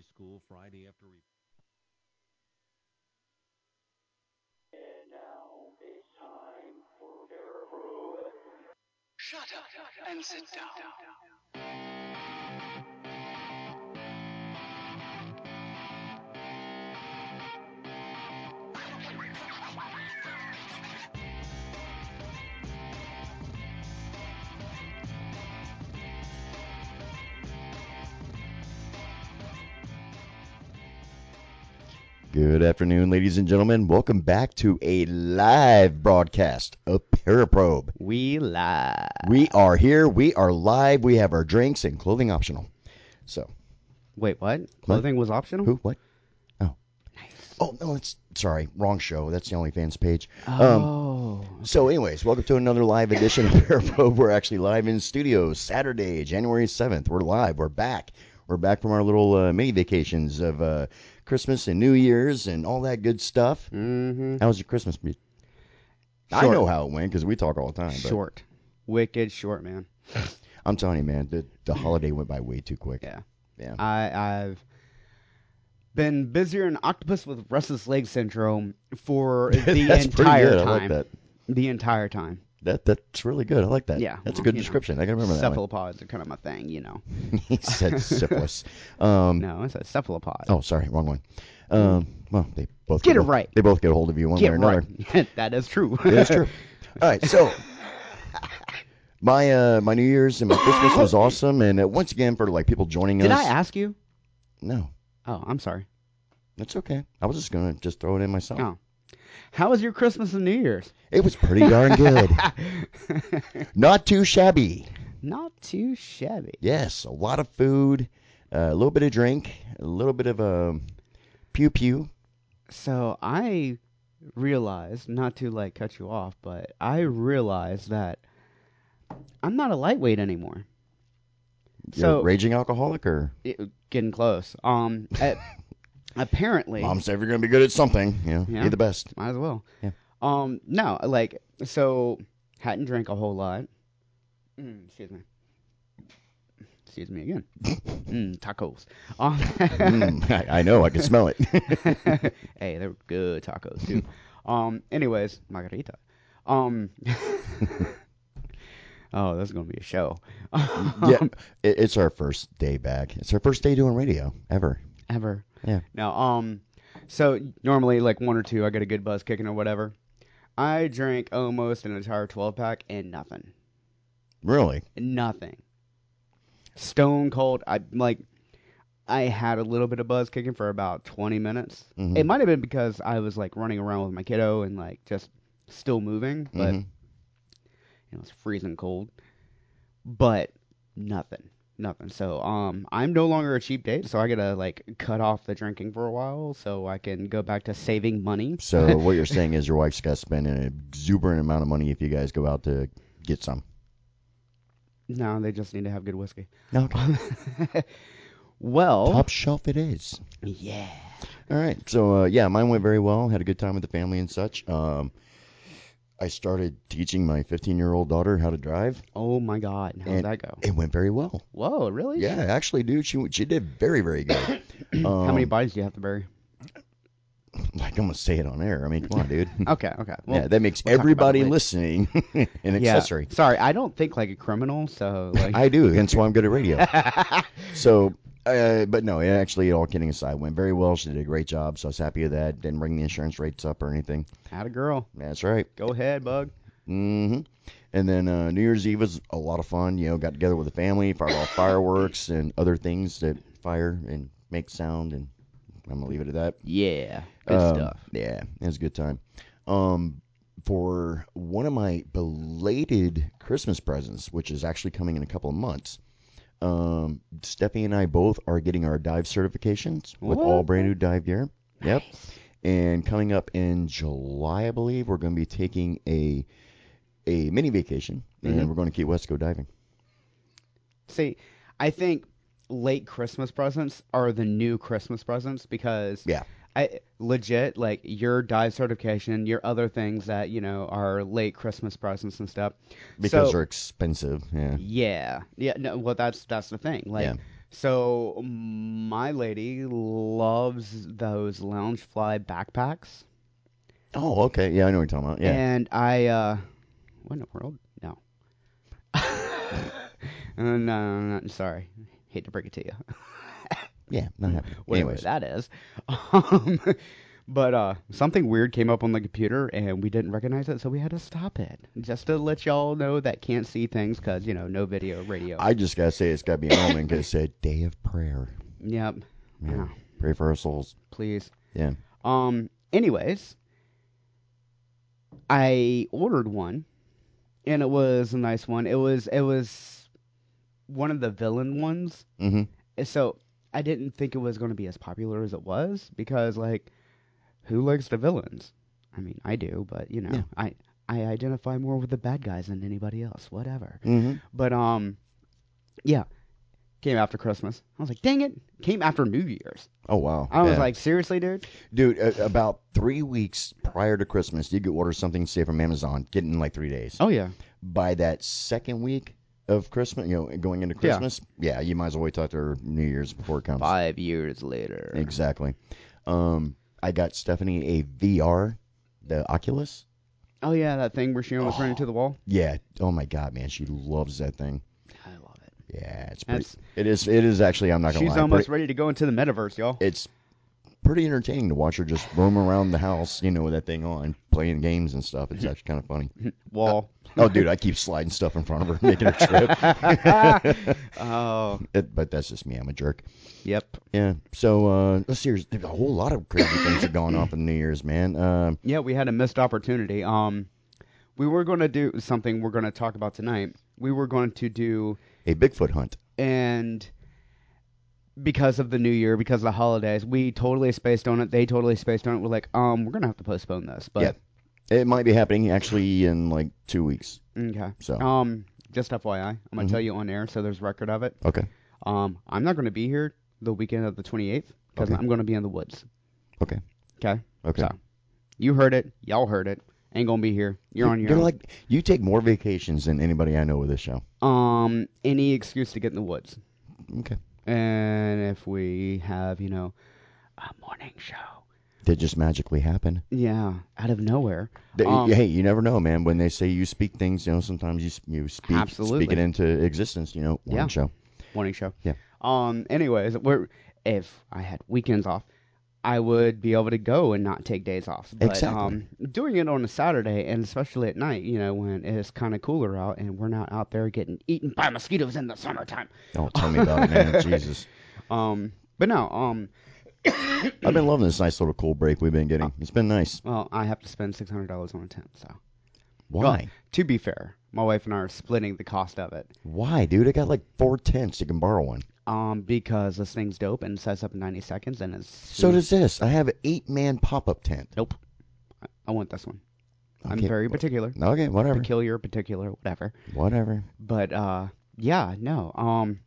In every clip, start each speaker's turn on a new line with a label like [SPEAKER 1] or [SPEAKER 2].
[SPEAKER 1] school Friday after re-
[SPEAKER 2] And now it's time for Vera Rubin. Shut up and sit down.
[SPEAKER 3] Good afternoon, ladies and gentlemen. Welcome back to a live broadcast of Paraprobe.
[SPEAKER 4] We live.
[SPEAKER 3] We are here. We are live. We have our drinks and clothing optional. So,
[SPEAKER 4] Wait, what? Clothing was optional?
[SPEAKER 3] who? What? Oh. Oh, no, it's sorry. Wrong show. That's the OnlyFans page. Um,
[SPEAKER 4] Oh.
[SPEAKER 3] So, anyways, welcome to another live edition of Paraprobe. We're actually live in studio Saturday, January 7th. We're live. We're back. We're back from our little uh, mini vacations of uh, Christmas and New Year's and all that good stuff.
[SPEAKER 4] mm-hmm.
[SPEAKER 3] How was your Christmas? Short. I
[SPEAKER 4] Short.
[SPEAKER 3] know how it went because we talk all the time. But
[SPEAKER 4] Short. Wicked short, man.
[SPEAKER 3] I'm telling you, man, the, the holiday went by way too quick.
[SPEAKER 4] Yeah. Uh,
[SPEAKER 3] Yeah.
[SPEAKER 4] I, I've been busier an octopus with restless leg syndrome for the
[SPEAKER 3] That's
[SPEAKER 4] entire
[SPEAKER 3] pretty good.
[SPEAKER 4] time.
[SPEAKER 3] I like that.
[SPEAKER 4] The entire time.
[SPEAKER 3] That that's really good. I like that.
[SPEAKER 4] Yeah,
[SPEAKER 3] That's a
[SPEAKER 4] well,
[SPEAKER 3] good
[SPEAKER 4] you know,
[SPEAKER 3] description. I can remember that. Mm. One.
[SPEAKER 4] Cephalopods are kind of my thing, you know.
[SPEAKER 3] he said syphilis. Um,
[SPEAKER 4] No, it's a cephalopod.
[SPEAKER 3] Oh, sorry, wrong one. Um, well, they both
[SPEAKER 4] Get
[SPEAKER 3] get a-
[SPEAKER 4] it right.
[SPEAKER 3] They both get a hold of you one
[SPEAKER 4] Get
[SPEAKER 3] way or another.
[SPEAKER 4] right. that is true.
[SPEAKER 3] That's true. All right, so my uh, my New Year's and my Christmas was awesome, and uh, once again for like people joining
[SPEAKER 4] Did
[SPEAKER 3] us.
[SPEAKER 4] I ask you?
[SPEAKER 3] No,
[SPEAKER 4] Oh, I'm sorry.
[SPEAKER 3] that's okay. I was just gonna just throw it in myself.
[SPEAKER 4] Oh. How was your Christmas and New Year's?
[SPEAKER 3] It was pretty darn good. Not too shabby.
[SPEAKER 4] Not too shabby.
[SPEAKER 3] Yes, a lot of food, uh, a little bit of drink, a little bit of um, pew pew.
[SPEAKER 4] So I realized, not to like cut you off, but I realized that I'm not a lightweight anymore.
[SPEAKER 3] You're
[SPEAKER 4] So-
[SPEAKER 3] a raging alcoholic, or
[SPEAKER 4] It- getting close. Um, a- apparently,
[SPEAKER 3] mom said if you're gonna be good at something, you know,
[SPEAKER 4] Yeah.
[SPEAKER 3] be the best.
[SPEAKER 4] might as well.
[SPEAKER 3] Yeah.
[SPEAKER 4] Um, no, like so, hadn't drank a whole lot. Mm, excuse me. Excuse me again. mm, tacos. Um,
[SPEAKER 3] Mm, I, I know, I can smell it.
[SPEAKER 4] hey, they were good tacos too. um, anyways, margarita. Um, oh, this is gonna be a show.
[SPEAKER 3] yeah, it, it's our first day back. It's our first day doing radio ever.
[SPEAKER 4] ever.
[SPEAKER 3] Yeah.
[SPEAKER 4] No. Um. So normally, like one or two, I get a good buzz kicking or whatever. I drank almost an entire twelve pack and nothing,
[SPEAKER 3] Really?
[SPEAKER 4] nothing. Stone cold. I like. I had a little bit of buzz kicking for about twenty minutes.
[SPEAKER 3] Mhm.
[SPEAKER 4] It might have been because I was like running around with my kiddo and like just still moving, but
[SPEAKER 3] Mhm.
[SPEAKER 4] you know, it's freezing cold. But nothing. Nothing. So um I'm no longer a cheap date, so I gotta like cut off the drinking for a while so I can go back to saving money.
[SPEAKER 3] So what you're saying is your wife's got to spend an exuberant amount of money if you guys go out to get some.
[SPEAKER 4] No, they just need to have good whiskey.
[SPEAKER 3] No,
[SPEAKER 4] well
[SPEAKER 3] top shelf it is.
[SPEAKER 4] Yeah.
[SPEAKER 3] All right. So uh, yeah, mine went very well. Had a good time with the family and such. Um, I started teaching my 15 year old daughter how to drive.
[SPEAKER 4] Oh my god, how'd
[SPEAKER 3] And-
[SPEAKER 4] that go?
[SPEAKER 3] It went very well.
[SPEAKER 4] Whoa, really?
[SPEAKER 3] Yeah, actually, dude, she she did very very good.
[SPEAKER 4] How many
[SPEAKER 3] Um,
[SPEAKER 4] bodies do you have to bury?
[SPEAKER 3] Like I'm gonna say it on air. I mean, come on, dude.
[SPEAKER 4] Okay, okay. Well,
[SPEAKER 3] yeah, that makes
[SPEAKER 4] we'll talk about it
[SPEAKER 3] everybody
[SPEAKER 4] later.
[SPEAKER 3] listening an
[SPEAKER 4] yeah.
[SPEAKER 3] accessory.
[SPEAKER 4] Sorry, I don't think like a criminal, so like
[SPEAKER 3] I do, hence why I'm good at radio. so, uh, but no, yeah, actually, all kidding aside, went very well. She did a great job, so I was happy with that. Didn't bring the insurance rates up or anything.
[SPEAKER 4] had a girl.
[SPEAKER 3] That's right.
[SPEAKER 4] Go ahead, bug.
[SPEAKER 3] hmm And then uh, New Year's Eve was a lot of fun. You know, got together with the family, fired off fireworks and other things that fire and make sound. And I'm gonna leave it at that.
[SPEAKER 4] Yeah. Good
[SPEAKER 3] Um,
[SPEAKER 4] stuff.
[SPEAKER 3] Yeah, it was a good time. Um, for one of my belated Christmas presents, which is actually coming in a couple of months, um, Stephanie and I both are getting our dive certifications with all
[SPEAKER 4] What?
[SPEAKER 3] brand new dive gear. Yep. And coming up in July, I believe, we're going to be taking a a mini vacation,
[SPEAKER 4] Mm-hmm.
[SPEAKER 3] and we're going to Key West go diving.
[SPEAKER 4] See, I think late Christmas presents are the new Christmas presents because
[SPEAKER 3] Yeah.
[SPEAKER 4] I legit like your dive certification, your other things that you know are late Christmas presents and stuff.
[SPEAKER 3] Because
[SPEAKER 4] so,
[SPEAKER 3] they're expensive. Yeah.
[SPEAKER 4] yeah, yeah, no, well that's that's the thing. Like,
[SPEAKER 3] Yeah.
[SPEAKER 4] So my lady loves those Loungefly backpacks,
[SPEAKER 3] Oh, okay. Yeah, I know what you're talking about. Yeah.
[SPEAKER 4] and I uh, what in the world? No. Uh, no, no, no, no, sorry. Hate to break it to you.
[SPEAKER 3] yeah, not happening.
[SPEAKER 4] whatever
[SPEAKER 3] Anyways.
[SPEAKER 4] that is. Um, but uh, something weird came up on the computer, and we didn't recognize it, so we had to stop it. Just to let y'all know that can't see things because you know no video, radio.
[SPEAKER 3] I just gotta say it's gotta be an omen because it said day of prayer.
[SPEAKER 4] yep.
[SPEAKER 3] Yeah.
[SPEAKER 4] Yeah.
[SPEAKER 3] Pray for our souls.
[SPEAKER 4] Please.
[SPEAKER 3] Yeah.
[SPEAKER 4] Um. Anyways, I ordered one, and it was a nice one. It was it was one of the villain ones.
[SPEAKER 3] Mm-hmm.
[SPEAKER 4] And so I didn't think it was going to be as popular as it was because like who likes the villains? I mean, I do, but you know,
[SPEAKER 3] Yeah.
[SPEAKER 4] I I identify more with the bad guys than anybody else, whatever.
[SPEAKER 3] Mm-hmm.
[SPEAKER 4] But um yeah, came after Christmas. I was like, "Dang it, came after New Year's."
[SPEAKER 3] Oh wow.
[SPEAKER 4] I was
[SPEAKER 3] Yeah.
[SPEAKER 4] like, "Seriously, dude?"
[SPEAKER 3] dude, a- about three weeks prior to Christmas, you could order something say from Amazon, get it in like three days.
[SPEAKER 4] Oh yeah.
[SPEAKER 3] By that second week of Christmas, you know, going into
[SPEAKER 4] Yeah.
[SPEAKER 3] Christmas, yeah, you might as well wait till after New Year's before it comes.
[SPEAKER 4] 5 years later.
[SPEAKER 3] Exactly. Um, I got Stephanie a VR, the Oculus.
[SPEAKER 4] Oh yeah, that thing where she almost ran into the wall.
[SPEAKER 3] Yeah. Oh my God, man, she loves that thing.
[SPEAKER 4] I love it.
[SPEAKER 3] Yeah, it's pretty.
[SPEAKER 4] That's,
[SPEAKER 3] It is. It is actually. I'm not gonna
[SPEAKER 4] she's
[SPEAKER 3] lie.
[SPEAKER 4] almost
[SPEAKER 3] pretty-
[SPEAKER 4] ready to go into the metaverse, y'all.
[SPEAKER 3] it's pretty entertaining to watch her just roam around the house, you know, with that thing on, playing games and stuff. It's actually kind of funny.
[SPEAKER 4] Wall.
[SPEAKER 3] Oh, dude, I keep sliding stuff in front of her, making her trip.
[SPEAKER 4] Oh,
[SPEAKER 3] It- but that's just me. I'm a jerk.
[SPEAKER 4] yep.
[SPEAKER 3] Yeah. So uh, let's see. There's there's a whole lot of crazy things that gone off in New Year's, man. Um,
[SPEAKER 4] Yeah, we had a missed opportunity. Um, we were going to do something we're going to talk about tonight. We were going to do,
[SPEAKER 3] a Bigfoot hunt.
[SPEAKER 4] and because of the new year, because of the holidays, we totally spaced on it. They totally spaced on it. We're like, um, we're going to have to postpone this. But
[SPEAKER 3] It might be happening actually in like two weeks.
[SPEAKER 4] okay.
[SPEAKER 3] So
[SPEAKER 4] Um, just FYI, I'm going to
[SPEAKER 3] Mhm.
[SPEAKER 4] tell you on air, so there's record of it.
[SPEAKER 3] okay,
[SPEAKER 4] Um, I'm not going to be here the weekend of the 28th because
[SPEAKER 3] Okay.
[SPEAKER 4] I'm going to be in the woods.
[SPEAKER 3] okay,
[SPEAKER 4] Okay.
[SPEAKER 3] okay.
[SPEAKER 4] So you heard it. Y'all heard it. Ain't going to be here. You're on your
[SPEAKER 3] You're
[SPEAKER 4] own.
[SPEAKER 3] like you take more vacations than anybody I know with this show.
[SPEAKER 4] um any excuse to get in the woods.
[SPEAKER 3] Okay,
[SPEAKER 4] And if we have, you know, a morning show.
[SPEAKER 3] that just magically happen.
[SPEAKER 4] Yeah, out of nowhere.
[SPEAKER 3] They-
[SPEAKER 4] Um,
[SPEAKER 3] hey, you never know, man. When they say you speak things, you know, sometimes you s- you speak
[SPEAKER 4] Absolutely.
[SPEAKER 3] speak it into existence. You know, one
[SPEAKER 4] Yeah.
[SPEAKER 3] show.
[SPEAKER 4] Morning show.
[SPEAKER 3] Yeah.
[SPEAKER 4] Um anyways, we're if I had weekends off, I would be able to go and not take days off. But
[SPEAKER 3] Exactly.
[SPEAKER 4] um doing it on a Saturday and especially at night, you know, when it's kinda cooler out and we're not out there getting eaten by mosquitoes in the summertime.
[SPEAKER 3] Oh, tell me about it, man. Jesus.
[SPEAKER 4] Um but no, um
[SPEAKER 3] I've been loving this nice little cool break we've been getting. It's been nice.
[SPEAKER 4] well, I have to spend six hundred dollars on a tent, so
[SPEAKER 3] Why?
[SPEAKER 4] to be fair, my wife and I are splitting the cost of it.
[SPEAKER 3] Why, dude? I got like four tents. You can borrow one.
[SPEAKER 4] Um, because this thing's dope and sets up in 90 seconds, and it's
[SPEAKER 3] So does this. I have an eight man pop up tent.
[SPEAKER 4] nope. I- I want this one. I'm
[SPEAKER 3] Okay,
[SPEAKER 4] very
[SPEAKER 3] wh-
[SPEAKER 4] particular,
[SPEAKER 3] Okay, whatever.
[SPEAKER 4] peculiar, particular, whatever.
[SPEAKER 3] Whatever.
[SPEAKER 4] But uh, yeah, no. Um,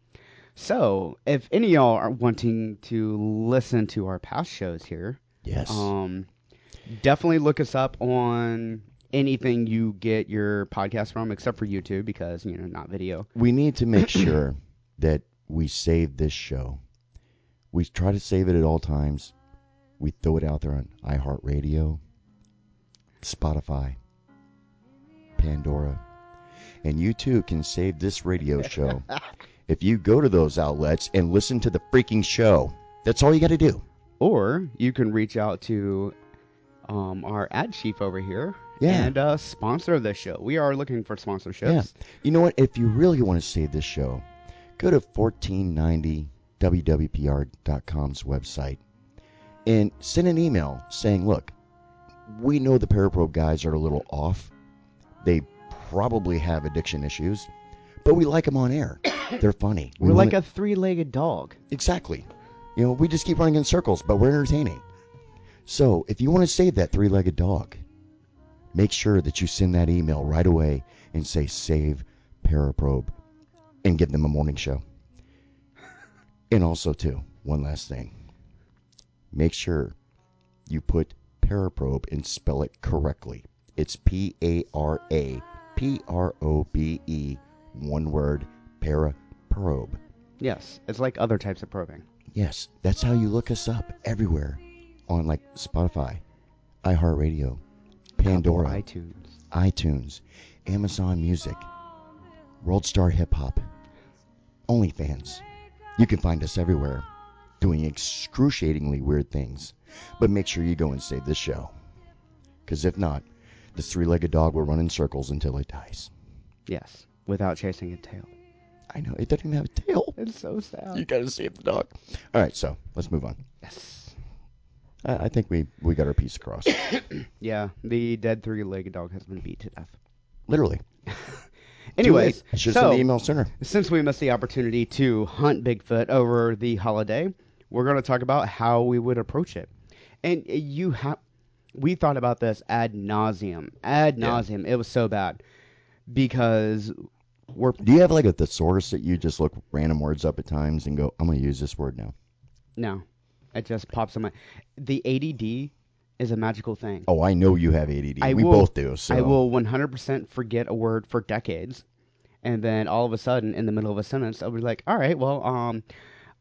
[SPEAKER 4] so if any of y'all are wanting to listen to our past shows here,
[SPEAKER 3] Yes.
[SPEAKER 4] um, definitely look us up on anything you get your podcast from, except for YouTube because you know not video.
[SPEAKER 3] we need to make sure that we save this show. We try to save it at all times. We throw it out there on iHeartRadio, Spotify, Pandora, and you too can save this radio show if you go to those outlets and listen to the freaking show. That's all you got to do.
[SPEAKER 4] Or you can reach out to um, our ad chief over here
[SPEAKER 3] Yeah.
[SPEAKER 4] and uh, sponsor the show. We are looking for sponsorships.
[SPEAKER 3] Yeah. You know what? If you really want to save this show, go to 1490wwpr.com's website and send an email saying, look, we know the Paraprobe guys are a little off. They probably have addiction issues, but we like them on air. They're funny. We
[SPEAKER 4] We're like
[SPEAKER 3] wanna-
[SPEAKER 4] a three legged dog.
[SPEAKER 3] Exactly. You know, we just keep running in circles, but we're entertaining. So, if you want to save that three legged dog, make sure that you send that email right away and say, save Paraprobe and give them a morning show. And also, too, one last thing make sure you put Paraprobe and spell it correctly. It's P A R A P R O B E, one word, Paraprobe.
[SPEAKER 4] Yes, it's like other types of probing.
[SPEAKER 3] Yes, that's how you look us up everywhere on like Spotify, iHeartRadio, Pandora,
[SPEAKER 4] Apple iTunes.
[SPEAKER 3] iTunes, Amazon Music, World Star Hip Hop, OnlyFans. You can find us everywhere doing excruciatingly weird things. But make sure you go and save this show. Because if not, this three legged dog will run in circles until it dies.
[SPEAKER 4] Yes, without chasing a tail.
[SPEAKER 3] I know, it doesn't even have a tail.
[SPEAKER 4] It's so sad.
[SPEAKER 3] You gotta save the dog. All right, so let's move on.
[SPEAKER 4] Yes.
[SPEAKER 3] I, I think we, we got our piece across.
[SPEAKER 4] Yeah, the dead three-legged dog has been beat to death.
[SPEAKER 3] Literally. Too late.
[SPEAKER 4] Anyways,
[SPEAKER 3] I should have
[SPEAKER 4] so
[SPEAKER 3] sent the email sooner.
[SPEAKER 4] since we missed the opportunity to hunt Bigfoot over the holiday, we're going to talk about how we would approach it. And uh, you have, we thought about this ad nauseum, ad
[SPEAKER 3] Yeah.
[SPEAKER 4] nauseum. It was so bad because we're
[SPEAKER 3] Do you have like a thesaurus that you just look random words up at times and go, I'm gonna use this word now?
[SPEAKER 4] no, it just pops in my. The ADD is a magical thing.
[SPEAKER 3] Oh, I know you have ADD.
[SPEAKER 4] I
[SPEAKER 3] we
[SPEAKER 4] will-
[SPEAKER 3] both do. So
[SPEAKER 4] I will 100% forget a word for decades. And then all of a sudden, in the middle of a sentence, I'll be like, all right, well, um,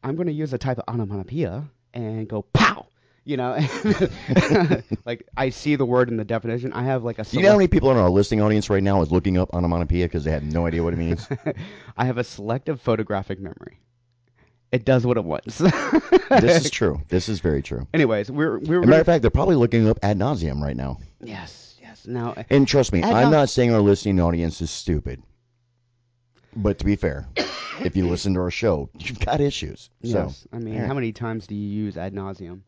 [SPEAKER 4] I'm going to use a type of onomatopoeia and go pow. You know, like I see the word in the definition. I have like a
[SPEAKER 3] Do you know how
[SPEAKER 4] select-
[SPEAKER 3] many people in our listening audience right now is looking up onomatopoeia because they have no idea what it means? e-
[SPEAKER 4] I have a selective photographic memory. It does what it wants.
[SPEAKER 3] this is true. This is very true.
[SPEAKER 4] Anyways, we're we're
[SPEAKER 3] As a matter of fact, they're probably looking up ad nauseum right now.
[SPEAKER 4] yes, yes. Now,
[SPEAKER 3] And trust me,
[SPEAKER 4] Ad
[SPEAKER 3] I'm
[SPEAKER 4] nau-
[SPEAKER 3] not saying our listening audience is stupid. But to be fair, if you listen to our show, you've got issues. So,
[SPEAKER 4] yes, I mean,
[SPEAKER 3] alright.
[SPEAKER 4] how many times do you use ad nauseum?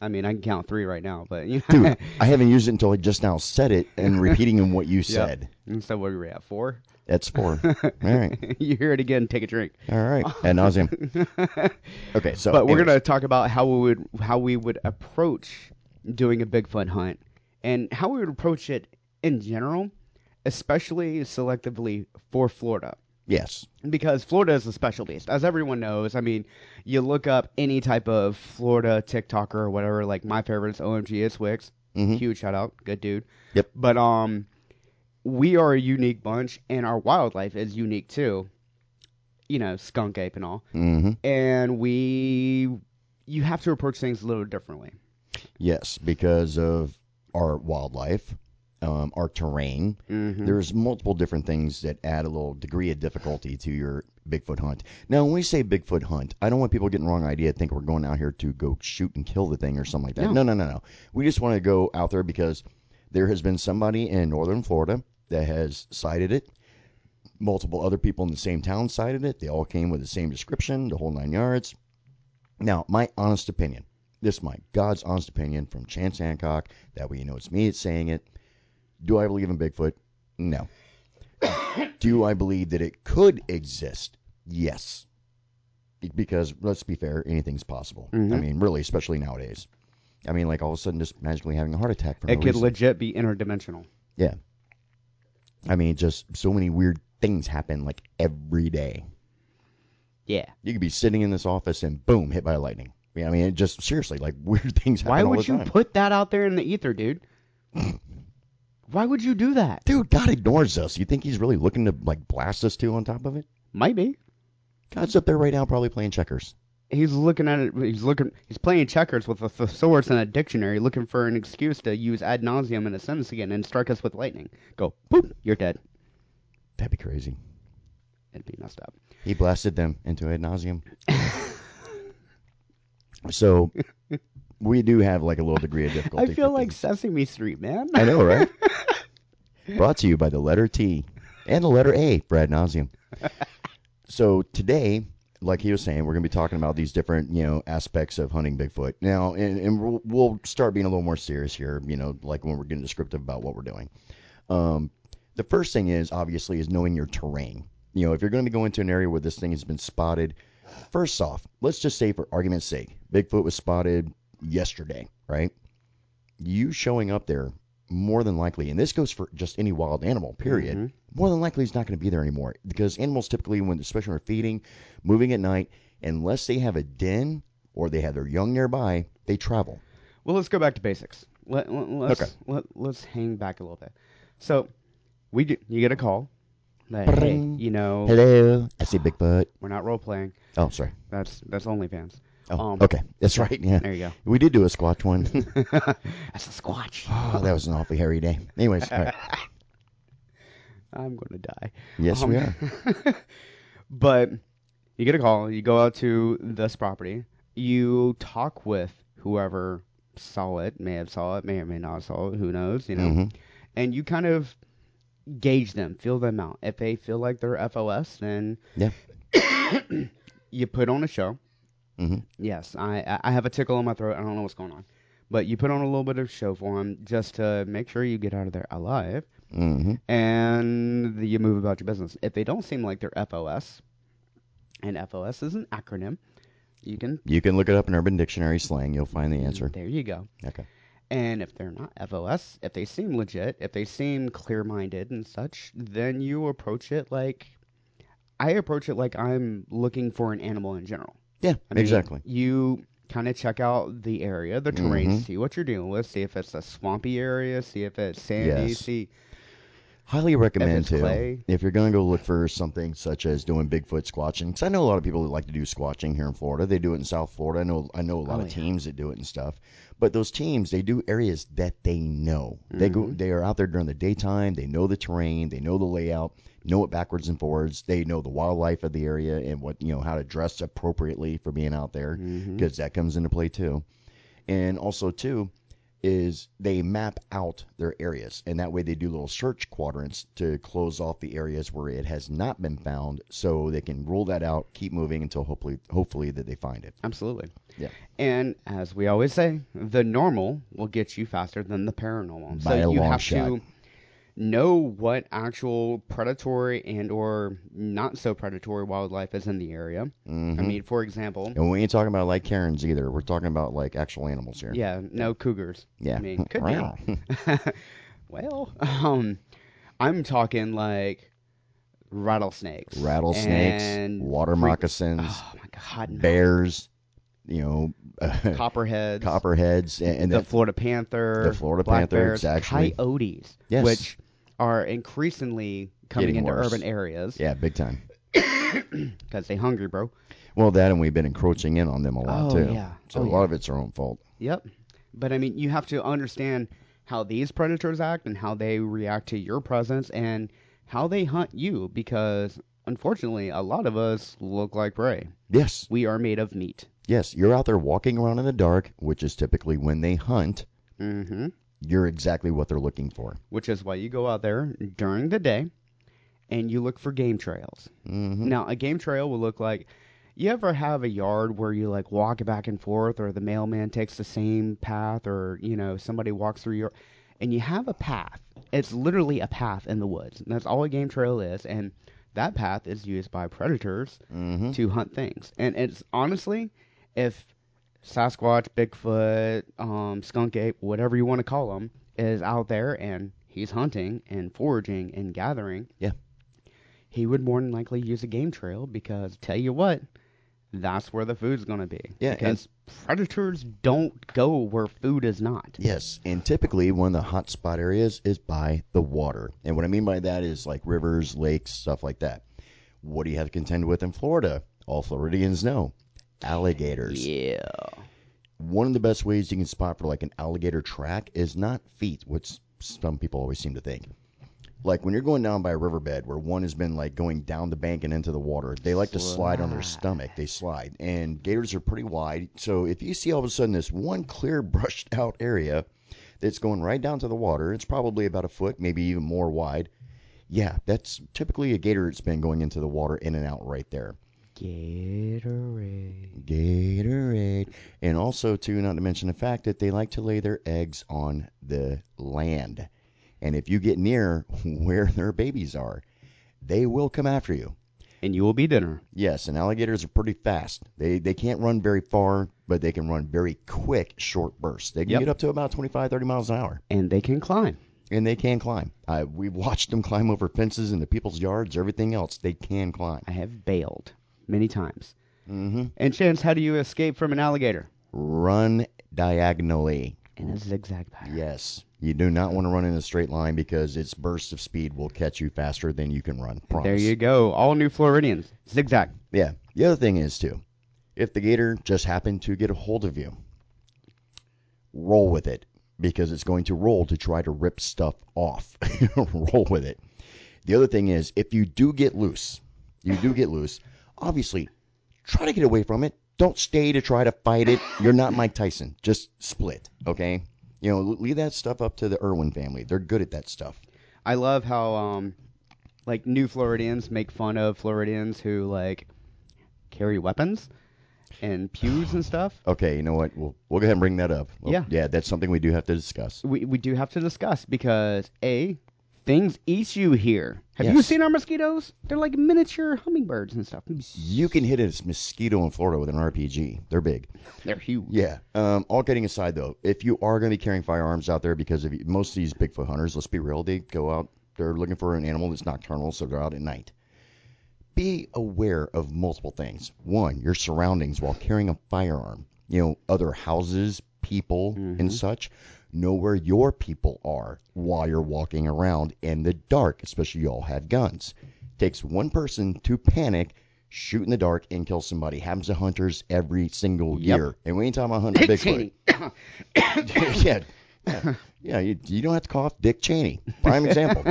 [SPEAKER 4] I mean, I can count three right now, but you know.
[SPEAKER 3] dude, I haven't used it until I just now said it and repeating in what you said.
[SPEAKER 4] And so what were we at four?
[SPEAKER 3] That's four. All right.
[SPEAKER 4] you hear it again, take a drink.
[SPEAKER 3] All right. Ad nauseum. Okay. So,
[SPEAKER 4] But we're
[SPEAKER 3] anyways,
[SPEAKER 4] gonna talk about how we would how we would approach doing a Bigfoot hunt and how we would approach it in general, especially selectively for Florida.
[SPEAKER 3] Yes.
[SPEAKER 4] Because Florida is a special beast, as everyone knows. I mean, you look up any type of Florida TikToker or whatever, like my favorite is OMG is Wix.
[SPEAKER 3] Mhm.
[SPEAKER 4] Huge shout out, good dude.
[SPEAKER 3] Yep.
[SPEAKER 4] But um, we are a unique bunch, and our wildlife is unique too. You know, skunk ape and all.
[SPEAKER 3] Mm-hmm.
[SPEAKER 4] And we, you have to approach things a little differently.
[SPEAKER 3] Yes, because of our wildlife, um, our terrain.
[SPEAKER 4] Mm-hmm.
[SPEAKER 3] There's multiple different things that add a little degree of difficulty to your Bigfoot hunt. Now, when we say Bigfoot hunt, I don't want people getting the wrong idea, think we're going out here to go shoot and kill the thing or something like that. No,
[SPEAKER 4] No.
[SPEAKER 3] no, no, no. We just want to go out there because there has been somebody in northern Florida that has sighted it. Multiple other people in the same town sighted it. They all came with the same description, the whole nine yards. Now, my honest opinion, this is my God's honest opinion from Chance Hancock. That way you know it's me that's saying it. Do I believe in Bigfoot? No. Do I believe that it could exist? Yes. Because let's be fair, anything's possible. I
[SPEAKER 4] Mhm.
[SPEAKER 3] mean, really, especially nowadays. I mean, like all of a sudden, just magically having a heart attack for
[SPEAKER 4] It
[SPEAKER 3] no
[SPEAKER 4] could
[SPEAKER 3] reason.
[SPEAKER 4] legit be interdimensional.
[SPEAKER 3] yeah. I mean, just so many weird things happen like every day.
[SPEAKER 4] Yeah.
[SPEAKER 3] You could be sitting in this office and boom, hit by lightning. Yeah, I mean, it just seriously, like weird things happen.
[SPEAKER 4] Why
[SPEAKER 3] all
[SPEAKER 4] would
[SPEAKER 3] the
[SPEAKER 4] you
[SPEAKER 3] time.
[SPEAKER 4] put that out there in the ether, dude? Why would you do that?
[SPEAKER 3] Dude, God ignores us. You think he's really looking to like blast us too on top of it?
[SPEAKER 4] Might be.
[SPEAKER 3] God's up there right now, probably playing checkers.
[SPEAKER 4] He's looking at it. He's looking. He's playing checkers with a thesaurus and a dictionary, looking for an excuse to use ad nauseum in a sentence again and strike us with lightning. Go boop. You're dead.
[SPEAKER 3] That'd be crazy.
[SPEAKER 4] It'd be messed up.
[SPEAKER 3] He blasted them into ad nauseum. so we do have like a little degree of
[SPEAKER 4] I
[SPEAKER 3] difficulty.
[SPEAKER 4] feel
[SPEAKER 3] for
[SPEAKER 4] like
[SPEAKER 3] things.
[SPEAKER 4] Sesame Street, man.
[SPEAKER 3] I know, right? Brought to you by the letter T and the letter A for ad nauseum. So today, like he was saying, we're going to be talking about these different, you know, aspects of hunting Bigfoot. Now, and, and we'll, we'll start being a little more serious here, you know, like when we're getting descriptive about what we're doing. Um, the first thing is obviously is knowing your terrain. You know, if you're going to be going to an area where this thing has been spotted, first off, let's just say for argument's sake, Bigfoot was spotted yesterday, right? You showing up there more than likely, and this goes for just any wild animal, period.
[SPEAKER 4] Mhm.
[SPEAKER 3] More than likely, he's not going to be there anymore because animals typically, when especially when they're feeding, moving at night, unless they have a den or they have their young nearby, they travel.
[SPEAKER 4] Well, let's go back to basics. Let, let, let's,
[SPEAKER 3] Okay.
[SPEAKER 4] Let, let's hang back a little bit. So, we get, you get a call. That, hey,
[SPEAKER 3] Bring.
[SPEAKER 4] you know,
[SPEAKER 3] Hello, I see Bigfoot.
[SPEAKER 4] we're not role playing.
[SPEAKER 3] Oh, sorry.
[SPEAKER 4] That's that's OnlyFans.
[SPEAKER 3] Oh,
[SPEAKER 4] Um,
[SPEAKER 3] okay, that's right. Yeah,
[SPEAKER 4] There you
[SPEAKER 3] we did do a Squatch one.
[SPEAKER 4] go. that's a squatch.
[SPEAKER 3] oh, that was an awfully hairy day. Anyways, all right.
[SPEAKER 4] I'm gonna die.
[SPEAKER 3] yes,
[SPEAKER 4] Um,
[SPEAKER 3] we are.
[SPEAKER 4] but you get a call. You go out to this property. You talk with whoever saw it, may have saw it, may or may not saw it. Who knows? You know.
[SPEAKER 3] Mhm.
[SPEAKER 4] And you kind of gauge them, feel them out. If they feel like they're FOS, then
[SPEAKER 3] Yeah.
[SPEAKER 4] you put on a show.
[SPEAKER 3] Mhm.
[SPEAKER 4] Yes, I I- I have a tickle in my throat. I don't know what's going on, but you put on a little bit of show for them just to make sure you get out of there alive
[SPEAKER 3] Mhm.
[SPEAKER 4] and you move about your business. If they don't seem like they're FOS, and FOS is an acronym, you can
[SPEAKER 3] You can look it up in Urban Dictionary slang. You'll find the answer.
[SPEAKER 4] There you go.
[SPEAKER 3] Okay.
[SPEAKER 4] And if they're not FOS, if they seem legit, if they seem clear minded and such, then you approach it like I approach it like I'm looking for an animal in general.
[SPEAKER 3] Yeah.
[SPEAKER 4] I mean,
[SPEAKER 3] exactly.
[SPEAKER 4] You kind of check out the area, the terrain,
[SPEAKER 3] Mhm.
[SPEAKER 4] see what you're dealing with, see if it's a swampy area, see if it's sandy,
[SPEAKER 3] Yes.
[SPEAKER 4] see
[SPEAKER 3] Highly recommend
[SPEAKER 4] it's
[SPEAKER 3] too.
[SPEAKER 4] clay.
[SPEAKER 3] If you're going to go look for something such as doing Bigfoot squatching, because I know a lot of people that like to do squatching here in Florida. They do it in South Florida. I know I know a lot
[SPEAKER 4] Oh,
[SPEAKER 3] of
[SPEAKER 4] yeah.
[SPEAKER 3] teams that do it and stuff. But those teams, they do areas that they know. They go.
[SPEAKER 4] Mm-hmm.
[SPEAKER 3] They are out there during the daytime. They know the terrain. They know the layout. Know it backwards and forwards. They know the wildlife of the area and what you know how to dress appropriately for being out there
[SPEAKER 4] Mm-hmm.
[SPEAKER 3] because that comes into play too. And also too, is they map out their areas and that way they do little search quadrants to close off the areas where it has not been found so they can rule that out keep moving until hopefully hopefully that they find it
[SPEAKER 4] Absolutely.
[SPEAKER 3] Yeah.
[SPEAKER 4] And as we always say, the normal will get you faster than the paranormal.
[SPEAKER 3] By a
[SPEAKER 4] so you
[SPEAKER 3] long
[SPEAKER 4] have
[SPEAKER 3] shot.
[SPEAKER 4] to know what actual predatory and or not so predatory wildlife is in the area.
[SPEAKER 3] Mhm.
[SPEAKER 4] I mean, for example,
[SPEAKER 3] and we ain't talking about like Karens either we're talking about like actual animals here
[SPEAKER 4] yeah, no cougars.
[SPEAKER 3] yeah
[SPEAKER 4] I mean, could
[SPEAKER 3] Wow.
[SPEAKER 4] be. well, um, I'm talking like rattlesnakes,
[SPEAKER 3] rattlesnakes
[SPEAKER 4] and
[SPEAKER 3] water
[SPEAKER 4] freak-
[SPEAKER 3] moccasins
[SPEAKER 4] Oh my god, no.
[SPEAKER 3] bears you know
[SPEAKER 4] copperheads,
[SPEAKER 3] copperheads and, and
[SPEAKER 4] the
[SPEAKER 3] that-
[SPEAKER 4] Florida Panther,
[SPEAKER 3] the Florida
[SPEAKER 4] black
[SPEAKER 3] panther,
[SPEAKER 4] bears,
[SPEAKER 3] exactly.
[SPEAKER 4] coyotes,
[SPEAKER 3] Yes.
[SPEAKER 4] which are increasingly coming
[SPEAKER 3] Getting
[SPEAKER 4] into
[SPEAKER 3] worse.
[SPEAKER 4] urban areas
[SPEAKER 3] yeah big time
[SPEAKER 4] because they hungry, bro.
[SPEAKER 3] Well, that and we've been encroaching in on them a lot
[SPEAKER 4] Oh,
[SPEAKER 3] too.
[SPEAKER 4] yeah.
[SPEAKER 3] So
[SPEAKER 4] Oh,
[SPEAKER 3] a lot of it's our own fault.
[SPEAKER 4] Yep. But I mean, you have to understand how these predators act and how they react to your presence and how they hunt you because unfortunately, a lot of us look like prey.
[SPEAKER 3] Yes,
[SPEAKER 4] We are made of meat.
[SPEAKER 3] yes. You're out there walking around in the dark, which is typically when they hunt.
[SPEAKER 4] Mm-hmm.
[SPEAKER 3] You're exactly what they're looking for.
[SPEAKER 4] Which is why you go out there during the day and you look for game trails.
[SPEAKER 3] Mm-hmm.
[SPEAKER 4] Now, a game trail will look like you ever have a yard where you like walk back and forth, or the mailman takes the same path, or you know somebody walks through your, and you have a path. It's literally a path in the woods. And that's all a game trail is, and that path is used by predators
[SPEAKER 3] Mm-hmm.
[SPEAKER 4] to hunt things. And it's honestly, if Sasquatch, Bigfoot, um, skunk ape, whatever you want to call him, is out there and he's hunting and foraging and gathering,
[SPEAKER 3] Yeah.
[SPEAKER 4] he would more than likely use a game trail because tell you what, that's where the food's going to be.
[SPEAKER 3] Yeah, and-
[SPEAKER 4] because predators don't go where food is not.
[SPEAKER 3] Yes, and typically one of the hot spot areas is by the water. And what I mean by that is like rivers, lakes, stuff like that. What do you have to contend with in Florida? All Floridians know alligators.
[SPEAKER 4] Yeah.
[SPEAKER 3] one of the best ways you can spot for like an alligator track is not feet, which some people always seem to think. Like when you're going down by a riverbed where one has been like going down the bank and into the water, they like to slide on their stomach. They slide. And gators are pretty wide. So if you see all of a sudden this one clear brushed out area that's going right down to the water, it's probably about a foot, maybe even more wide. Yeah, that's typically a gator that's been going into the water in and out right there.
[SPEAKER 4] Gatorade.
[SPEAKER 3] Gatorade. And also, too, not to mention the fact that they like to lay their eggs on the land. And if you get near where their babies are, they will come after you.
[SPEAKER 4] And you will be dinner.
[SPEAKER 3] Yes, and alligators are pretty fast. They they can't run very far, but they can run very quick, short bursts. They can
[SPEAKER 4] Yep.
[SPEAKER 3] get up to about 25, 30 miles an hour,
[SPEAKER 4] And they can climb.
[SPEAKER 3] and they can climb. I, we've watched them climb over fences into people's yards, everything else. They can climb.
[SPEAKER 4] I have bailed many times.
[SPEAKER 3] hmm
[SPEAKER 4] And Chance, how do you escape from an alligator?
[SPEAKER 3] Run diagonally.
[SPEAKER 4] In a zigzag pattern.
[SPEAKER 3] Yes, You do not want to run in a straight line because its bursts of speed will catch you faster than you can run. Promise.
[SPEAKER 4] There you go. All new Floridians. Zigzag.
[SPEAKER 3] Yeah. The other thing is too, if the gator just happened to get a hold of you, roll with it because it's going to roll to try to rip stuff off. roll with it. The other thing is, if you do get loose, you do get loose. Obviously, try to get away from it. Don't stay to try to fight it. You're not Mike Tyson. Just split, okay? You know, leave that stuff up to the Irwin family. They're good at that stuff.
[SPEAKER 4] I love how um like new Floridians make fun of Floridians who like carry weapons and pews and stuff.
[SPEAKER 3] Okay, you know what? We'll we'll go ahead and bring that up. Well,
[SPEAKER 4] Yeah.
[SPEAKER 3] yeah, that's something we do have to discuss.
[SPEAKER 4] We we do have to discuss because a things eat you here. Have you
[SPEAKER 3] Yes.
[SPEAKER 4] seen our mosquitoes? They're like miniature hummingbirds and stuff.
[SPEAKER 3] You can hit a mosquito in Florida with an RPG. They're big.
[SPEAKER 4] They're huge.
[SPEAKER 3] Yeah. Um, all kidding aside, though, if you are going to be carrying firearms out there, because of, most of these Bigfoot hunters, let's be real, they go out, they're looking for an animal that's nocturnal, so they're out at night. Be aware of multiple things. One, your surroundings while carrying a firearm. You know, other houses, people, and such. Know where your people are while you're walking around in the dark, especially you all have guns. Takes one person to panic, shoot in the dark, and kill somebody. Happens to hunters every single
[SPEAKER 4] Yep.
[SPEAKER 3] year. And we ain't talking about hunting Bigfoot.
[SPEAKER 4] Cheney.
[SPEAKER 3] yeah. Yeah. Yeah, you, you don't have to cough Dick Cheney. Prime example.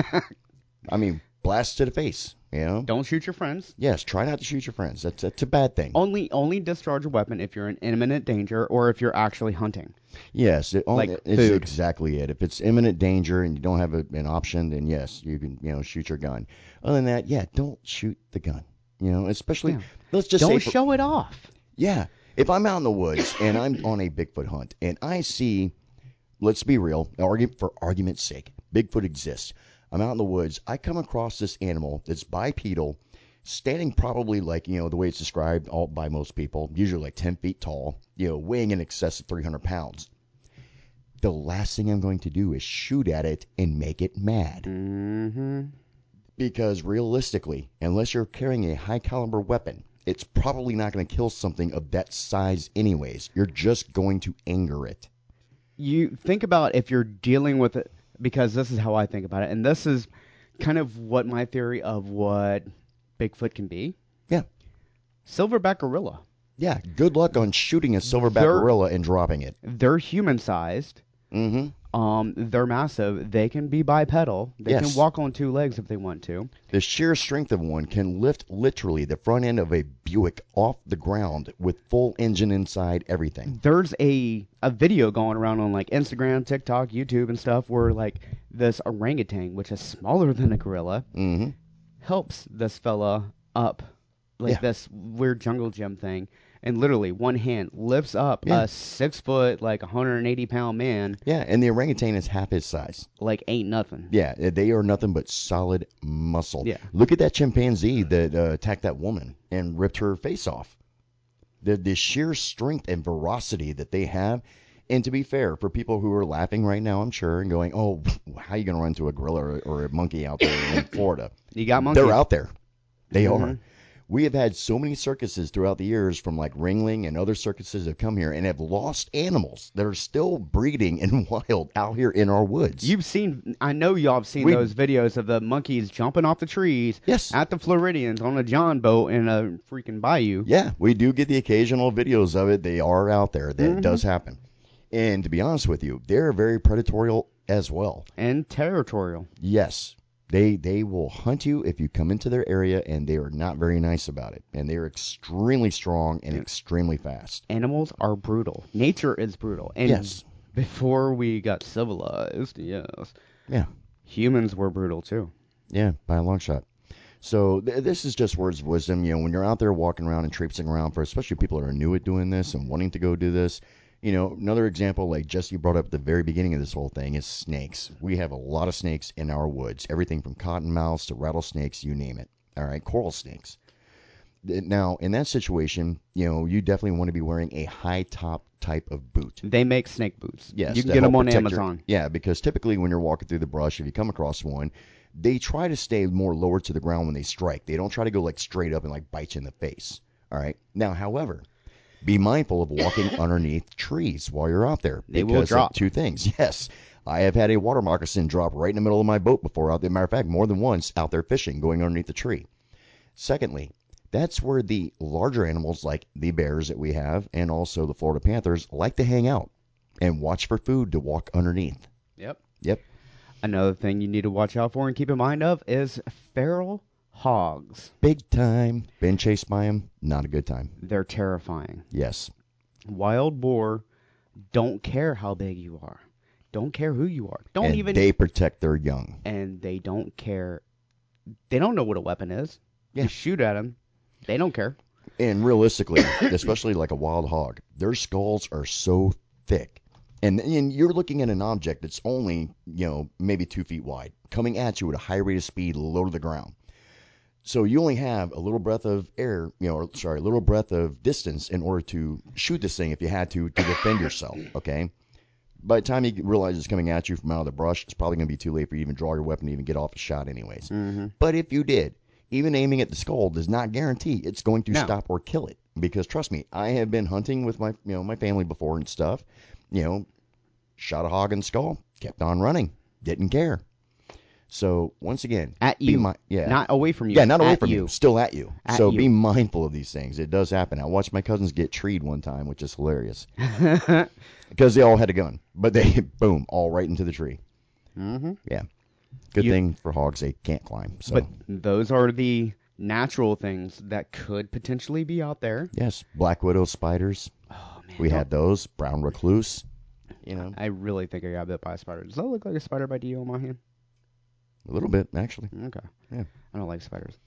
[SPEAKER 3] I mean, blast to the face, you know?
[SPEAKER 4] Don't shoot your friends.
[SPEAKER 3] Yes, try not to shoot your friends. That's, that's a bad thing.
[SPEAKER 4] Only only discharge a weapon if you're in imminent danger or if you're actually hunting.
[SPEAKER 3] yes, it,
[SPEAKER 4] like
[SPEAKER 3] it's
[SPEAKER 4] food.
[SPEAKER 3] exactly it. If it's imminent danger and you don't have a, an option, then yes, you can, you know, shoot your gun. Other than that, yeah, don't shoot the gun. You know, especially
[SPEAKER 4] Yeah.
[SPEAKER 3] let's just say
[SPEAKER 4] Don't
[SPEAKER 3] for-
[SPEAKER 4] show it off.
[SPEAKER 3] Yeah. If I'm out in the woods and I'm on a Bigfoot hunt and I see, let's be real, argu- for argument's sake, Bigfoot exists. I'm out in the woods. I come across this animal that's bipedal, standing probably like, you know, the way it's described all by most people, usually like 10 feet tall, you know, weighing in excess of 300 pounds. The last thing I'm going to do is shoot at it and make it mad
[SPEAKER 4] Mm-hmm.
[SPEAKER 3] because realistically, unless you're carrying a high caliber weapon, it's probably not going to kill something of that size anyways. You're just going to anger it.
[SPEAKER 4] you think about if you're dealing with it because this is how I think about it, and this is kind of what my theory of what Bigfoot can be.
[SPEAKER 3] Yeah.
[SPEAKER 4] Silverback gorilla.
[SPEAKER 3] Yeah, good luck on shooting a silverback
[SPEAKER 4] They're-
[SPEAKER 3] gorilla and dropping it.
[SPEAKER 4] They're human sized.
[SPEAKER 3] Mm-hmm.
[SPEAKER 4] Um, they're massive. They can be bipedal. They
[SPEAKER 3] Yes.
[SPEAKER 4] can walk on two legs if they want to.
[SPEAKER 3] The sheer strength of one can lift literally the front end of a Buick off the ground with full engine inside everything.
[SPEAKER 4] There's a a video going around on like Instagram, TikTok, YouTube, and stuff where like this orangutan, which is smaller than a gorilla,
[SPEAKER 3] Mm-hmm.
[SPEAKER 4] helps this fella up like
[SPEAKER 3] Yeah.
[SPEAKER 4] this weird jungle gym thing and literally one hand lifts up
[SPEAKER 3] Yeah.
[SPEAKER 4] a six foot like 180 pound man
[SPEAKER 3] Yeah, and the orangutan is half his size.
[SPEAKER 4] like ain't nothing
[SPEAKER 3] Yeah, eh, they are nothing but solid muscle.
[SPEAKER 4] Yeah.
[SPEAKER 3] Look at that chimpanzee that uh, attacked that woman and ripped her face off. The, the sheer strength and veracity that they have. And to be fair, for people who are laughing right now, I'm sure, and going, oh, how you going to run to a gorilla or, or a monkey out there in Florida?
[SPEAKER 4] you got monkey
[SPEAKER 3] They're out there. They are.
[SPEAKER 4] Mhm.
[SPEAKER 3] We have had so many circuses throughout the years from like Ringling and other circuses that have come here and have lost animals that are still breeding and wild out here in our woods.
[SPEAKER 4] you've seen i know y'all have seen
[SPEAKER 3] We-
[SPEAKER 4] those videos of the monkeys jumping off the trees
[SPEAKER 3] yes.
[SPEAKER 4] at the floridians on a john boat in a freaking bayou
[SPEAKER 3] Yeah, we do get the occasional videos of it. They are out there. That
[SPEAKER 4] Mhm.
[SPEAKER 3] does happen. And to be honest with you, they're very predatorial as well.
[SPEAKER 4] and territorial
[SPEAKER 3] Yes, they they will hunt you if you come into their area, and they are not very nice about it. And they are extremely strong and extremely fast.
[SPEAKER 4] animals are brutal nature is brutal and
[SPEAKER 3] Yes.
[SPEAKER 4] before we got civilized yes
[SPEAKER 3] Yeah,
[SPEAKER 4] humans were brutal too
[SPEAKER 3] yeah, by a long shot. So th- this is just words of wisdom. You know, when you're out there walking around and traipsing around, for especially people that are new at doing this and wanting to go do this. You know, another example like Jesse brought up at the very beginning of this whole thing is snakes. We have a lot of snakes in our woods, everything from cottonmouths to rattlesnakes, you name it. All right, coral snakes. Th- Now, in that situation, you know, you definitely want to be wearing a high top type of boot.
[SPEAKER 4] They make snake boots.
[SPEAKER 3] Yes,
[SPEAKER 4] you can
[SPEAKER 3] to
[SPEAKER 4] get them
[SPEAKER 3] help
[SPEAKER 4] on
[SPEAKER 3] protect your-
[SPEAKER 4] Amazon.
[SPEAKER 3] yeah, because typically when you're walking through the brush, if you come across one, they try to stay more lower to the ground when they strike. They don't try to go like straight up and like bite you in the face. All right. Now, however, be mindful of walking underneath trees while you're out there.
[SPEAKER 4] They will
[SPEAKER 3] because of
[SPEAKER 4] drop.
[SPEAKER 3] Two things. Yes, I have had a water moccasin drop right in the middle of my boat before. Out there, matter of fact, more than once out there fishing, going underneath the tree. Secondly, that's where the larger animals like the bears that we have and also the Florida panthers like to hang out and watch for food to walk underneath.
[SPEAKER 4] Yep.
[SPEAKER 3] Yep.
[SPEAKER 4] Another thing you need to watch out for and keep in mind of is feral hogs.
[SPEAKER 3] Big time. Been chased by them. Not a good time.
[SPEAKER 4] They're terrifying.
[SPEAKER 3] Yes.
[SPEAKER 4] Wild boar don't care how big you are. Don't care who you are. Don't
[SPEAKER 3] and
[SPEAKER 4] even
[SPEAKER 3] they protect their young.
[SPEAKER 4] and they don't care. They don't know what a weapon is.
[SPEAKER 3] Yeah.
[SPEAKER 4] You shoot at them. They don't care.
[SPEAKER 3] And realistically, especially like a wild hog, their skulls are so thick. And, and you're looking at an object that's only, you know, maybe two feet wide, coming at you at a high rate of speed, low to the ground. So you only have a little breath of air, you know, or sorry, a little breath of distance in order to shoot this thing if you had to to defend yourself, okay? By the time you realize it's coming at you from out of the brush, it's probably going to be too late for you to even draw your weapon to even get off a shot, anyways.
[SPEAKER 4] Mm-hmm.
[SPEAKER 3] But if you did, even aiming at the skull does not guarantee it's going to
[SPEAKER 4] No.
[SPEAKER 3] stop or kill it. Because trust me, I have been hunting with my you know my family before and stuff. You know, shot a hog in the skull, kept on running, didn't care. So once again,
[SPEAKER 4] At
[SPEAKER 3] be
[SPEAKER 4] you,
[SPEAKER 3] mi- yeah,
[SPEAKER 4] not away from you.
[SPEAKER 3] yeah, not away
[SPEAKER 4] at
[SPEAKER 3] from you.
[SPEAKER 4] you.
[SPEAKER 3] still at you.
[SPEAKER 4] At
[SPEAKER 3] so
[SPEAKER 4] you.
[SPEAKER 3] be mindful of these things. It does happen. I watched my cousins get treed one time, which is hilarious because they all had a gun, but they boom all right into the tree.
[SPEAKER 4] hmm
[SPEAKER 3] Yeah, good
[SPEAKER 4] You-
[SPEAKER 3] thing for hogs they can't climb. So
[SPEAKER 4] But those are the natural things that could potentially be out there.
[SPEAKER 3] yes, black widow spiders.
[SPEAKER 4] Oh man,
[SPEAKER 3] We
[SPEAKER 4] don't-
[SPEAKER 3] had those brown recluse. You know,
[SPEAKER 4] I really think I got bit by a spider. Does that look like a spider by D.O. Mahan?
[SPEAKER 3] a little bit actually.
[SPEAKER 4] Okay.
[SPEAKER 3] Yeah.
[SPEAKER 4] I don't like spiders.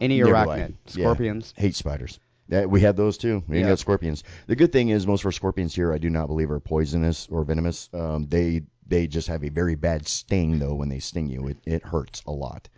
[SPEAKER 4] Any
[SPEAKER 3] Neither do
[SPEAKER 4] arachnid,
[SPEAKER 3] I. Yeah.
[SPEAKER 4] scorpions.
[SPEAKER 3] Hate spiders. That we had those too. We
[SPEAKER 4] Yeah.
[SPEAKER 3] had scorpions. The good thing is most of our scorpions here, I do not believe, are poisonous or venomous. Um, they they just have a very bad sting though. When they sting you, it, it hurts a lot.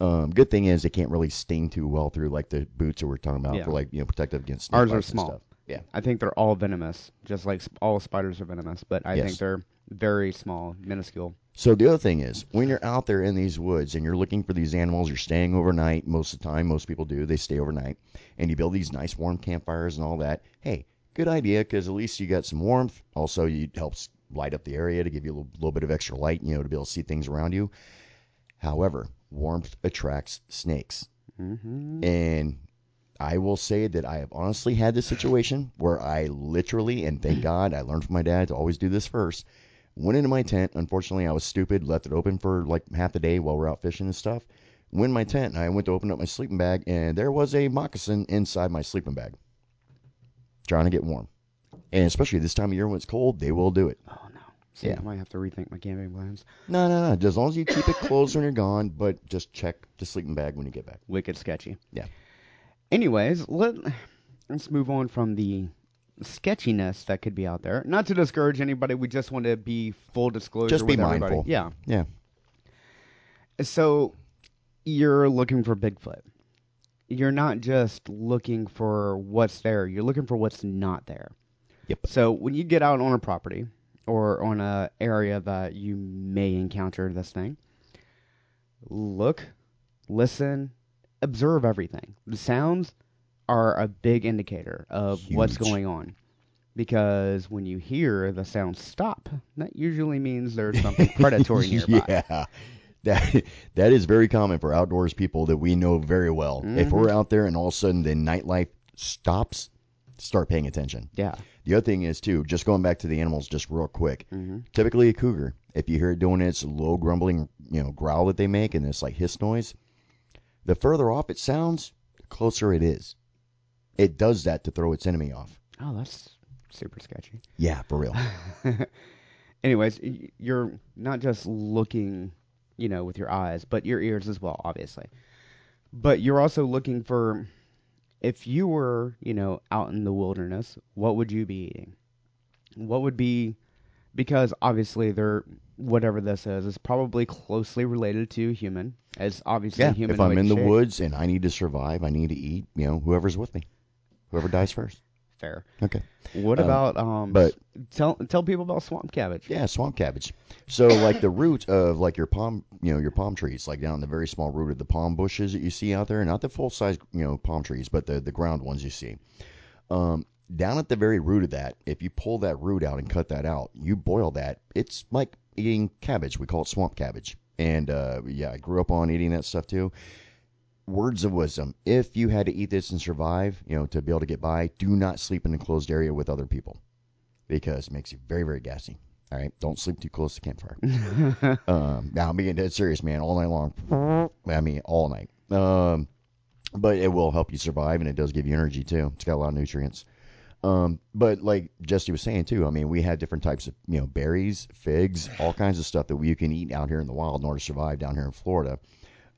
[SPEAKER 3] Um, good thing is they can't really sting too well through like the boots that we're talking about
[SPEAKER 4] Yeah.
[SPEAKER 3] for like you know protective against. snake
[SPEAKER 4] Ours are
[SPEAKER 3] bites and
[SPEAKER 4] small.
[SPEAKER 3] stuff. Yeah.
[SPEAKER 4] I think they're all venomous, just like sp- all spiders are venomous. But I
[SPEAKER 3] Yes.
[SPEAKER 4] think they're very small, minuscule.
[SPEAKER 3] So the other thing is, when you're out there in these woods and you're looking for these animals, you're staying overnight most of the time. Most people do; they stay overnight, and you build these nice warm campfires and all that. Hey, good idea because at least you got some warmth. Also, you it helps light up the area to give you a little, little bit of extra light, you know, to be able to see things around you. However, warmth attracts snakes,
[SPEAKER 4] Mm-hmm.
[SPEAKER 3] and I will say that I have honestly had this situation where I literally, and thank God I learned from my dad to always do this first, went into my tent. Unfortunately, I was stupid, left it open for like half the day while we're out fishing and stuff. Went in my tent and I went to open up my sleeping bag, and there was a moccasin inside my sleeping bag trying to get warm. And especially this time of year when it's cold, they will do it.
[SPEAKER 4] Oh no. See,
[SPEAKER 3] Yeah.
[SPEAKER 4] I might have to rethink my camping plans.
[SPEAKER 3] No, no, no. As long as you keep it closed when you're gone, but just check the sleeping bag when you get back.
[SPEAKER 4] Wicked sketchy.
[SPEAKER 3] Yeah.
[SPEAKER 4] Anyways, let let's move on from the sketchiness that could be out there. Not to discourage anybody, we just want to be full disclosure.
[SPEAKER 3] Just be
[SPEAKER 4] with everybody.
[SPEAKER 3] mindful.
[SPEAKER 4] Yeah.
[SPEAKER 3] Yeah.
[SPEAKER 4] So you're looking for Bigfoot. You're not just looking for what's there, you're looking for what's not there.
[SPEAKER 3] Yep.
[SPEAKER 4] So when you get out on a property or on a area that you may encounter this thing, look, listen, observe everything. The sounds are a big indicator of what's
[SPEAKER 3] Huge.
[SPEAKER 4] going on. Because when you hear the sound stop, that usually means there's something predatory nearby.
[SPEAKER 3] Yeah. That, that is very common for outdoors people that we know very well. If
[SPEAKER 4] Mhm.
[SPEAKER 3] we're out there and all of a sudden the nightlife stops, start paying attention.
[SPEAKER 4] Yeah.
[SPEAKER 3] The other thing is, too, just going back to the animals just real quick.
[SPEAKER 4] hmm
[SPEAKER 3] Typically, a cougar, if you hear it doing its low grumbling, you know, growl that they make and this like hiss noise, the further off it sounds, the closer it is. It does that to throw its enemy off.
[SPEAKER 4] Oh, that's super sketchy.
[SPEAKER 3] Yeah, for real.
[SPEAKER 4] Anyways, y- you're not just looking, you know, with your eyes, but your ears as well, obviously. But you're also looking for if you were, you know, out in the wilderness, what would you be eating? What would be because obviously they're whatever this is is probably closely related to human. It's obviously
[SPEAKER 3] yeah,
[SPEAKER 4] human.
[SPEAKER 3] if I'm in the
[SPEAKER 4] shape.
[SPEAKER 3] woods and I need to survive, I need to eat, you know, whoever's with me. Whoever dies first.
[SPEAKER 4] fair.
[SPEAKER 3] Okay.
[SPEAKER 4] What
[SPEAKER 3] Um,
[SPEAKER 4] about um?
[SPEAKER 3] but-
[SPEAKER 4] tell tell people about swamp cabbage.
[SPEAKER 3] Yeah, swamp cabbage. So like the root of like your palm, you know, your palm trees, like down the very small root of the palm bushes that you see out there, not the full size, you know, palm trees, but the the ground ones you see. Um, down at the very root of that, if you pull that root out and cut that out, you boil that. It's like eating cabbage. We call it swamp cabbage. And uh, yeah, I grew up on eating that stuff too. Words of wisdom. If you had to eat this and survive, you know, to be able to get by, do not sleep in a closed area with other people because it makes you very, very gassy. All right. Don't sleep too close to campfire. um, now, I'm being dead serious, man, all night long. I mean, all night. Um, but it will help you survive and it does give you energy too. It's got a lot of nutrients. Um, but like Jesse was saying too, I mean, we had different types of you know berries, figs, all kinds of stuff that we can eat out here in the wild in order to survive down here in Florida.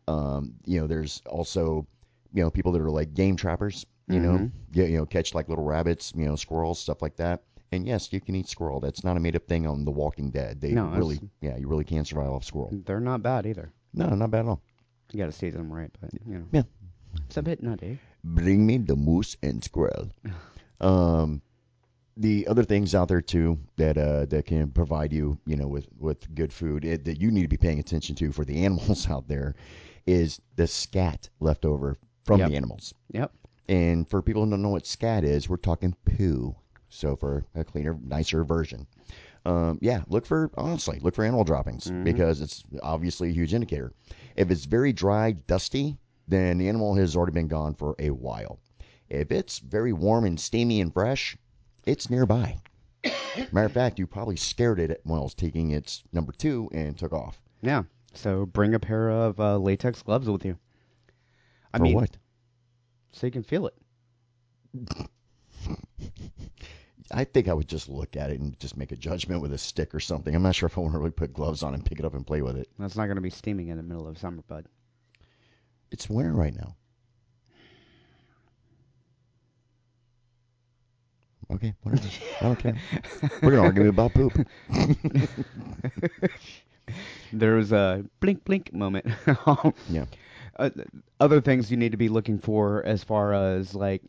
[SPEAKER 3] Um, you know, there's also you know people that are like game trappers. You know,
[SPEAKER 4] Mhm.
[SPEAKER 3] yeah, you know, catch like little rabbits, you know, squirrels, stuff like that. And yes, you can eat squirrel. That's not a made up thing on The Walking Dead. They
[SPEAKER 4] No,
[SPEAKER 3] really,
[SPEAKER 4] that's-
[SPEAKER 3] yeah, you really can survive off squirrel.
[SPEAKER 4] They're not bad either.
[SPEAKER 3] No, not bad at all.
[SPEAKER 4] You gotta season them right, but you know.
[SPEAKER 3] Yeah.
[SPEAKER 4] It's a bit nutty.
[SPEAKER 3] bring me the moose and squirrel. Um, the other things out there too that uh, that can provide you, you know, with with good food it, that you need to be paying attention to for the animals out there is the scat left over from
[SPEAKER 4] Yep.
[SPEAKER 3] the animals.
[SPEAKER 4] Yep.
[SPEAKER 3] And for people who don't know what scat is, we're talking poo. So for a cleaner, nicer version. Um, yeah, look for honestly, look for animal droppings
[SPEAKER 4] Mhm.
[SPEAKER 3] because it's obviously a huge indicator. If it's very dry, dusty, then the animal has already been gone for a while. If it's very warm and steamy and fresh, it's nearby. Matter of fact, you probably scared it while it was taking its number two and took off.
[SPEAKER 4] Yeah. So bring a pair of uh, latex gloves with you. I
[SPEAKER 3] for
[SPEAKER 4] mean,
[SPEAKER 3] what?
[SPEAKER 4] so you can feel it.
[SPEAKER 3] I think I would just look at it and just make a judgment with a stick or something. I'm not sure if I want to really put gloves on and pick it up and play with it.
[SPEAKER 4] That's not gonna be steaming in the middle of summer, bud.
[SPEAKER 3] It's winter right now. Okay, whatever. I don't care. We're gonna argue about poop.
[SPEAKER 4] There was a blink blink moment.
[SPEAKER 3] Yeah.
[SPEAKER 4] uh, other things you need to be looking for as far as like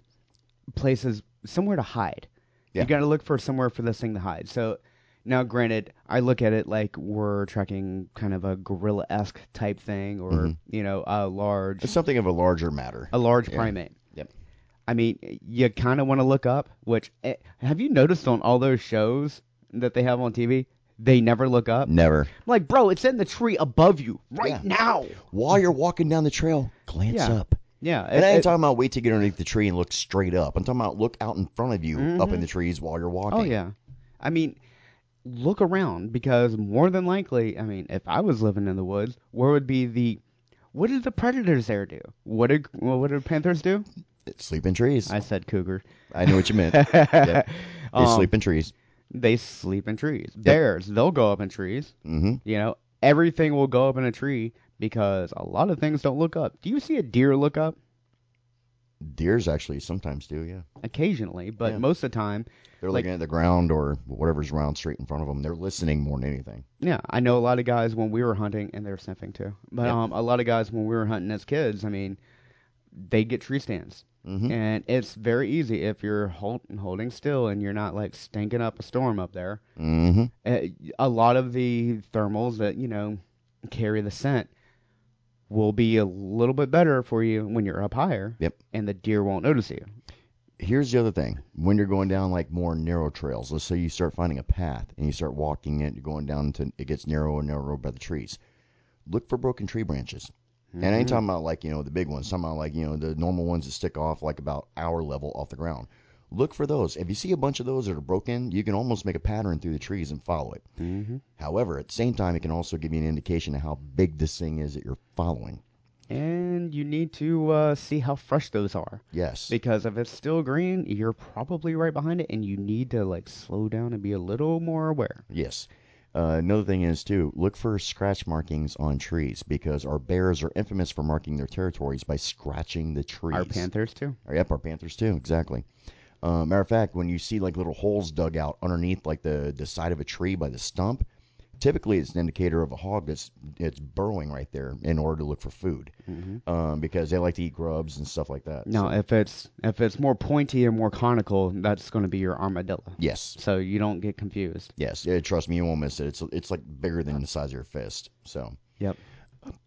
[SPEAKER 4] places somewhere to hide.
[SPEAKER 3] Yeah.
[SPEAKER 4] You got to look for somewhere for this thing to hide. So now, granted, I look at it like we're tracking kind of a gorilla esque type thing, or
[SPEAKER 3] Mhm.
[SPEAKER 4] you know, a large
[SPEAKER 3] It's something of a larger matter.
[SPEAKER 4] a large
[SPEAKER 3] Yeah.
[SPEAKER 4] primate.
[SPEAKER 3] Yep.
[SPEAKER 4] I mean, you kind of want to look up. Which eh, have you noticed on all those shows that they have on TV? They never look up.
[SPEAKER 3] Never.
[SPEAKER 4] Like, bro, it's in the tree above you right
[SPEAKER 3] Yeah.
[SPEAKER 4] now.
[SPEAKER 3] While you're walking down the trail, glance
[SPEAKER 4] Yeah.
[SPEAKER 3] up.
[SPEAKER 4] Yeah.
[SPEAKER 3] And I
[SPEAKER 4] it-
[SPEAKER 3] ain't
[SPEAKER 4] it-
[SPEAKER 3] talking about wait to get underneath the tree and look straight up. I'm talking about look out in front of you, up in
[SPEAKER 4] Mhm.
[SPEAKER 3] the trees while you're walking.
[SPEAKER 4] Oh yeah. I mean, look around because more than likely, I mean, if I was living in the woods, where would be the what did the predators there do? What did well, what did panthers do?
[SPEAKER 3] Sleep in trees.
[SPEAKER 4] I
[SPEAKER 3] I,
[SPEAKER 4] said cougar.
[SPEAKER 3] know what you meant. Yep. They
[SPEAKER 4] Um,
[SPEAKER 3] sleep in trees.
[SPEAKER 4] They sleep in trees. Bears, they'll go up in trees.
[SPEAKER 3] hmm
[SPEAKER 4] You know, everything will go up in a tree because a lot of things don't look up. Do you see a deer look up?
[SPEAKER 3] Deers actually sometimes do, yeah.
[SPEAKER 4] Occasionally, but
[SPEAKER 3] Yeah.
[SPEAKER 4] most of the time,
[SPEAKER 3] They're
[SPEAKER 4] Like-
[SPEAKER 3] looking at the ground or whatever's around straight in front of them. They're listening more than anything.
[SPEAKER 4] Yeah, I know a lot of guys when we were hunting, and they were sniffing too. But
[SPEAKER 3] Yeah.
[SPEAKER 4] um, a lot of guys when we were hunting as kids, I mean, they get tree stands,
[SPEAKER 3] hmm
[SPEAKER 4] and it's very easy if you're hold, holding still and you're not like stinking up a storm up there.
[SPEAKER 3] hmm
[SPEAKER 4] Uh, a lot of the thermals that you know carry the scent will be a little bit better for you when you're up higher.
[SPEAKER 3] Yep.
[SPEAKER 4] And the deer won't notice you.
[SPEAKER 3] Here's the other thing. When you're going down like more narrow trails, let's say you start finding a path and you start walking it, you're going down to it gets narrower and narrower by the trees. Look for broken tree branches. And I ain't
[SPEAKER 4] Mhm.
[SPEAKER 3] talking about like, you know, the big ones, talking about like, you know, the normal ones that stick off like about our level off the ground. Look for those. If you see a bunch of those that are broken, you can almost make a pattern through the trees and follow it.
[SPEAKER 4] Mhm.
[SPEAKER 3] However, at the same time, it can also give you an indication of how big this thing is that you're following.
[SPEAKER 4] And you need to uh, see how fresh those are.
[SPEAKER 3] Yes.
[SPEAKER 4] Because if it's still green, you're probably right behind it, and you need to like slow down and be a little more aware.
[SPEAKER 3] Yes. Uh, another thing is too look for scratch markings on trees because our bears are infamous for marking their territories by scratching the trees.
[SPEAKER 4] Our panthers too.
[SPEAKER 3] Yep, our panthers too. Exactly. Uh, matter of fact, when you see like little holes dug out underneath like the the side of a tree by the stump, typically it's an indicator of a hog that's it's burrowing right there in order to look for food
[SPEAKER 4] Mm-hmm.
[SPEAKER 3] um, because they like to eat grubs and stuff like that.
[SPEAKER 4] Now,
[SPEAKER 3] So-
[SPEAKER 4] if it's if it's more pointy and more conical, that's going to be your armadillo.
[SPEAKER 3] yes.
[SPEAKER 4] So you don't get confused.
[SPEAKER 3] Yes, yeah, trust me, you won't miss it. It's it's like bigger than the size of your fist. So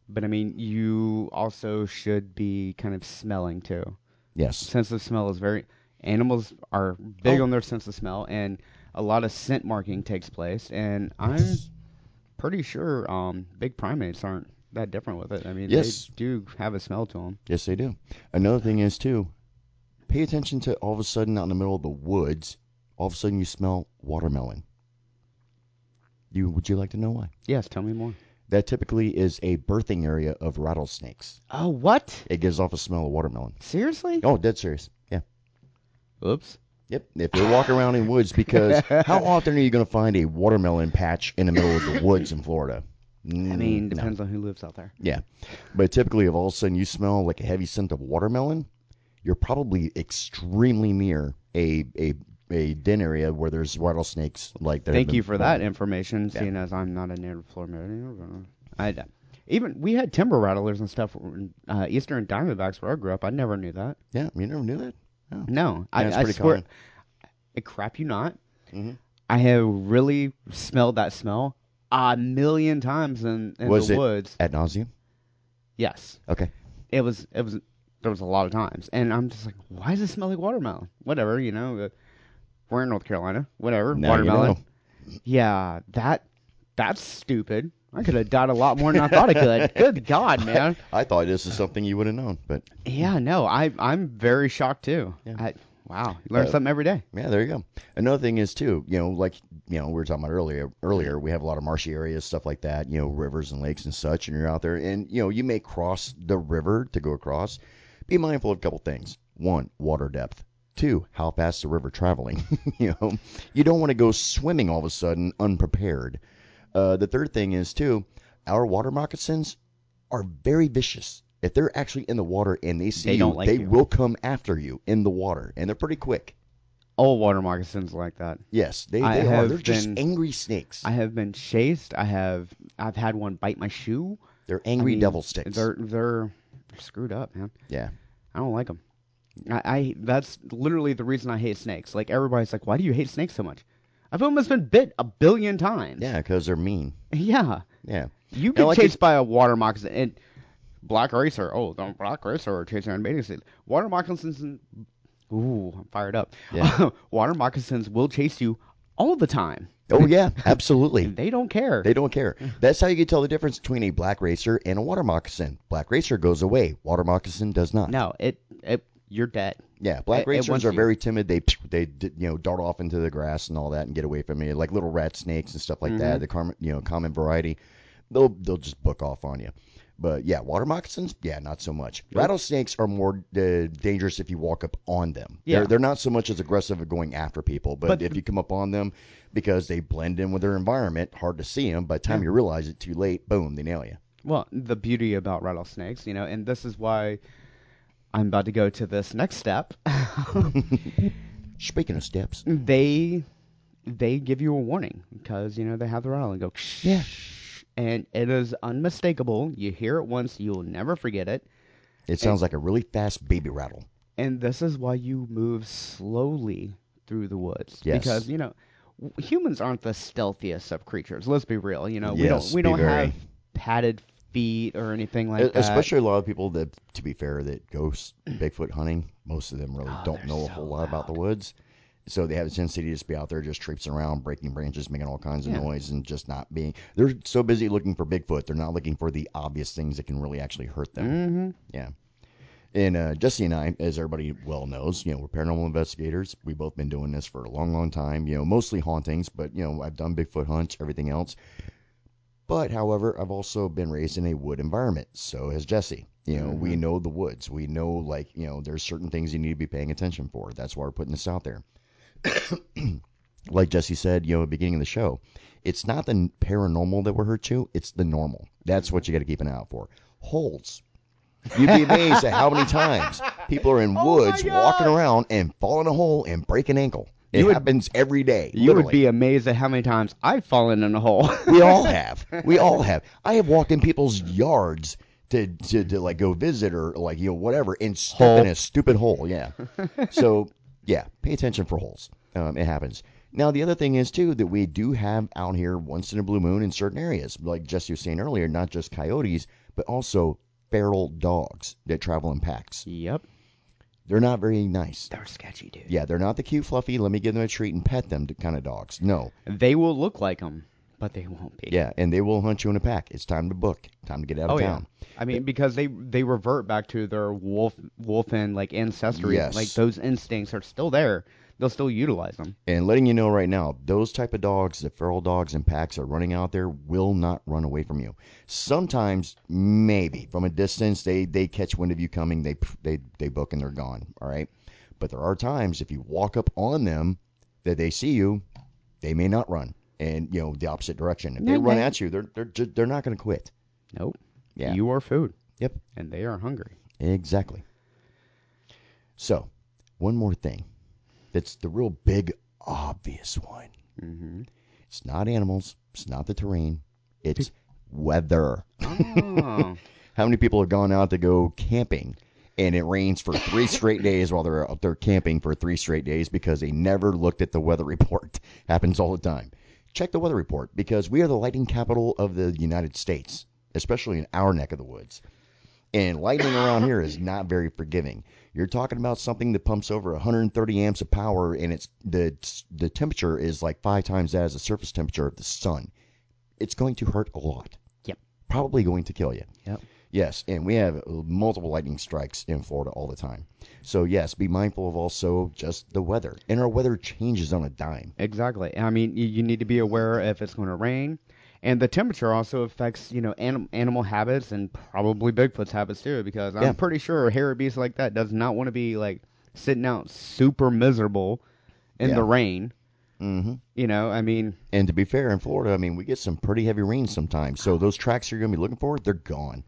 [SPEAKER 4] But I mean, you also should be kind of smelling too.
[SPEAKER 3] yes,
[SPEAKER 4] Sense of smell is very. Animals are big
[SPEAKER 3] Oh.
[SPEAKER 4] on their sense of smell, and a lot of scent marking takes place. And I'm pretty sure um, big primates aren't that different with it. I mean,
[SPEAKER 3] Yes.
[SPEAKER 4] they do have a smell to them.
[SPEAKER 3] Yes, they do. Another thing is too, pay attention to all of a sudden out in the middle of the woods, all of a sudden you smell watermelon. You would you like to know why?
[SPEAKER 4] Yes, tell me more.
[SPEAKER 3] That typically is a birthing area of rattlesnakes.
[SPEAKER 4] Oh, what?
[SPEAKER 3] It gives off a smell of watermelon.
[SPEAKER 4] Seriously?
[SPEAKER 3] Oh, dead serious. Yeah.
[SPEAKER 4] Oops.
[SPEAKER 3] Yep. If you're walking around in woods, because how often are you going to find a watermelon patch in the middle of the woods in Florida? Mm,
[SPEAKER 4] I mean, depends on who lives out there.
[SPEAKER 3] Yeah. But typically, if all of a sudden you smell like a heavy scent of watermelon, you're probably extremely near a a, a den area where there's rattlesnakes. Like that have
[SPEAKER 4] Thank
[SPEAKER 3] been
[SPEAKER 4] you for that
[SPEAKER 3] found.
[SPEAKER 4] information,
[SPEAKER 3] Yeah.
[SPEAKER 4] seeing as I'm not a native Florida. I even we had timber rattlers and stuff. Uh, Eastern Diamondbacks where I grew up. I never knew that.
[SPEAKER 3] Yeah, you never knew that. Oh.
[SPEAKER 4] No,
[SPEAKER 3] Yeah, it's
[SPEAKER 4] I, I
[SPEAKER 3] pretty
[SPEAKER 4] swear.
[SPEAKER 3] common.
[SPEAKER 4] I crap you not.
[SPEAKER 3] Mhm.
[SPEAKER 4] I have really smelled that smell a million times in, in
[SPEAKER 3] Was
[SPEAKER 4] the
[SPEAKER 3] it-
[SPEAKER 4] woods.
[SPEAKER 3] Ad nauseum.
[SPEAKER 4] Yes,
[SPEAKER 3] Okay.
[SPEAKER 4] it was. It was. There was a lot of times, and I'm just like, why does it smell like watermelon? Whatever, you know. uh, We're in North Carolina. Whatever,
[SPEAKER 3] Now you
[SPEAKER 4] watermelon.
[SPEAKER 3] know.
[SPEAKER 4] Yeah, that that's stupid. I could have died a lot more than I thought I could. Good God, man.
[SPEAKER 3] I thought this is something you would have known, but
[SPEAKER 4] Yeah, no, I I'm very shocked too.
[SPEAKER 3] Yeah.
[SPEAKER 4] I, wow, you learn
[SPEAKER 3] Uh,
[SPEAKER 4] something every day.
[SPEAKER 3] yeah, there you go. Another thing is too, you know, like you know, we were talking about earlier. Earlier, we have a lot of marshy areas, stuff like that. You know, rivers and lakes and such. And you're out there, and you know, you may cross the river to go across. Be mindful of a couple things. One, water depth. Two, how fast the river traveling. you know, you don't want to go swimming all of a sudden unprepared. Uh, the third thing is too, our water moccasins are very vicious. If they're actually in the water and they see
[SPEAKER 4] They
[SPEAKER 3] you,
[SPEAKER 4] don't like
[SPEAKER 3] they
[SPEAKER 4] you.
[SPEAKER 3] will come after you in the water, and they're pretty quick.
[SPEAKER 4] All water moccasins like that.
[SPEAKER 3] Yes, they,
[SPEAKER 4] I
[SPEAKER 3] they are.
[SPEAKER 4] have
[SPEAKER 3] They're just
[SPEAKER 4] been-
[SPEAKER 3] angry snakes.
[SPEAKER 4] I have been chased. I have I've had one bite my shoe.
[SPEAKER 3] they're
[SPEAKER 4] I
[SPEAKER 3] angry
[SPEAKER 4] mean,
[SPEAKER 3] devil sticks.
[SPEAKER 4] They're they're screwed up, man.
[SPEAKER 3] yeah,
[SPEAKER 4] I don't like them. I, I that's literally the reason I hate snakes. Like everybody's like, why do you hate snakes so much? I've almost been bit a billion times.
[SPEAKER 3] yeah, because they're mean.
[SPEAKER 4] Yeah.
[SPEAKER 3] Yeah,
[SPEAKER 4] You
[SPEAKER 3] Yeah,
[SPEAKER 4] get
[SPEAKER 3] like
[SPEAKER 4] chased by a water moccasin and black racer. Oh, the black racer are chasing on mating season. Water moccasins. and- Ooh, I'm fired up.
[SPEAKER 3] Yeah.
[SPEAKER 4] water moccasins will chase you all the time.
[SPEAKER 3] Oh yeah, absolutely.
[SPEAKER 4] And they don't care.
[SPEAKER 3] They don't care. That's how you can tell the difference between a black racer and a water moccasin. Black racer goes away. Water moccasin does not.
[SPEAKER 4] no, it, it. You're dead.
[SPEAKER 3] Yeah, black
[SPEAKER 4] It- it
[SPEAKER 3] racers
[SPEAKER 4] wants
[SPEAKER 3] are
[SPEAKER 4] you.
[SPEAKER 3] very timid. They they d- you know dart off into the grass and all that and get away from you, like little rat snakes and stuff like
[SPEAKER 4] Mm-hmm.
[SPEAKER 3] that. The common you know common variety, they'll they'll just book off on you. But yeah, water moccasins, yeah, not so much. Rattlesnakes are more uh, dangerous if you walk up on them.
[SPEAKER 4] Yeah.
[SPEAKER 3] They're, they're not so much as aggressive at going after people, but,
[SPEAKER 4] But
[SPEAKER 3] if
[SPEAKER 4] the-
[SPEAKER 3] you come up on them, because they blend in with their environment, hard to see them. By the time you realize it too late, boom, they nail you.
[SPEAKER 4] Well, the beauty about rattlesnakes, you know, and this is why I'm about to go to this next step.
[SPEAKER 3] Speaking of steps,
[SPEAKER 4] Mm. they they give you a warning because you know they have the rattle and go
[SPEAKER 3] Yeah.
[SPEAKER 4] and it is unmistakable you hear it once you'll never forget it
[SPEAKER 3] it sounds like a really fast baby rattle.
[SPEAKER 4] and this is why you move slowly through the woods
[SPEAKER 3] Yes.
[SPEAKER 4] because you know w- humans aren't the stealthiest of creatures let's be real you know we
[SPEAKER 3] Yes,
[SPEAKER 4] don't we
[SPEAKER 3] be
[SPEAKER 4] don't
[SPEAKER 3] very.
[SPEAKER 4] have padded feet or anything like
[SPEAKER 3] E-
[SPEAKER 4] that
[SPEAKER 3] Especially a lot of people that, to be fair, that go s- Bigfoot hunting. Most of them really
[SPEAKER 4] Oh,
[SPEAKER 3] don't
[SPEAKER 4] they're
[SPEAKER 3] know a
[SPEAKER 4] so
[SPEAKER 3] whole lot about the woods, so they have a tendency to just be out there just traipsing around, breaking branches, making all kinds of
[SPEAKER 4] Yeah.
[SPEAKER 3] noise, and just not being. They're so busy looking for Bigfoot, they're not looking for the obvious things that can really actually hurt them.
[SPEAKER 4] hmm
[SPEAKER 3] Yeah. And uh, Jesse and I, as everybody well knows, you know, we're paranormal investigators. We've both been doing this for a long, long time. You know, mostly hauntings, but you know, I've done Bigfoot hunts, everything else. But however, I've also been raised in a wood environment. So has Jesse. You know, we
[SPEAKER 4] Mm-hmm.
[SPEAKER 3] know the woods. We know like you know, there's certain things you need to be paying attention for. That's why we're putting this out there. like Jesse said, you know, at the beginning of the show, it's not the paranormal that we're hurt to. It's the normal. That's what you got to keep an eye out for. Holes. You'd be amazed at how many times people are in
[SPEAKER 4] Oh my
[SPEAKER 3] woods
[SPEAKER 4] God.
[SPEAKER 3] walking around and falling a hole and break an ankle. It
[SPEAKER 4] You would-
[SPEAKER 3] happens every day.
[SPEAKER 4] you would
[SPEAKER 3] literally.
[SPEAKER 4] be amazed at how many times i've fallen in a hole
[SPEAKER 3] We all have. We all have. I have walked in people's yards to, to, to like go visit or like you know whatever and step in
[SPEAKER 4] Hole.
[SPEAKER 3] a stupid hole. Yeah. so yeah, pay attention for holes. Um, it happens. Now the other thing is too that we do have out here once in a blue moon in certain areas, like Jesse was saying earlier, not just coyotes but also feral dogs that travel in packs.
[SPEAKER 4] yep
[SPEAKER 3] They're not very nice.
[SPEAKER 4] they're sketchy dude
[SPEAKER 3] Yeah, they're not the cute, fluffy. Let me give them a treat and pet them kind of dogs. No,
[SPEAKER 4] they will look like them but they won't be.
[SPEAKER 3] Yeah, and they will hunt you in a pack. It's time to book. Time to get out of
[SPEAKER 4] Oh yeah.
[SPEAKER 3] town.
[SPEAKER 4] I mean, because they they revert back to their wolf wolfen like ancestry.
[SPEAKER 3] Yes.
[SPEAKER 4] Like those instincts are still there. They'll still utilize them.
[SPEAKER 3] And letting you know right now, those type of dogs, the feral dogs and packs are running out there, will not run away from you. Sometimes, maybe from a distance, they they catch wind of you coming, they they they book and they're gone. All right, but there are times if you walk up on them that they see you, they may not run, and you know the opposite direction. If they
[SPEAKER 4] Night,
[SPEAKER 3] run
[SPEAKER 4] night.
[SPEAKER 3] at you, they're they're ju- they're not going to quit.
[SPEAKER 4] Nope.
[SPEAKER 3] Yeah.
[SPEAKER 4] You are food.
[SPEAKER 3] Yep.
[SPEAKER 4] And they are hungry.
[SPEAKER 3] Exactly. So, one more thing, that's the real big obvious one.
[SPEAKER 4] Mm-hmm.
[SPEAKER 3] It's not animals. It's not the terrain. It's weather.
[SPEAKER 4] Oh.
[SPEAKER 3] How many people have gone out to go camping and it rains for three straight days while they're out there camping for three straight days because they never looked at the weather report? Happens all the time. Check the weather report because we are the lightning capital of the United States, especially in our neck of the woods. And lightning around here is not very forgiving. You're talking about something that pumps over 130 amps of power, and it's the the temperature is like five times that as the surface temperature of the sun. It's going to hurt a lot.
[SPEAKER 4] Yep.
[SPEAKER 3] Probably going to kill you.
[SPEAKER 4] Yep.
[SPEAKER 3] Yes, and we have uh, multiple lightning strikes in Florida all the time. So yes, be mindful of also just the weather, and our weather changes on a dime.
[SPEAKER 4] Exactly. I mean, you, you need to be aware if it's going to rain, and the temperature also affects you know anim- animal habits and probably Bigfoot's habits too. Because I'm
[SPEAKER 3] Yeah.
[SPEAKER 4] pretty sure a hairy beast like that does not want to be like sitting out super miserable in
[SPEAKER 3] Yeah.
[SPEAKER 4] the rain.
[SPEAKER 3] hmm
[SPEAKER 4] You know, I mean,
[SPEAKER 3] And to be fair, in Florida, I mean we get some pretty heavy rains sometimes. So those tracks you're going to be looking for, they're gone.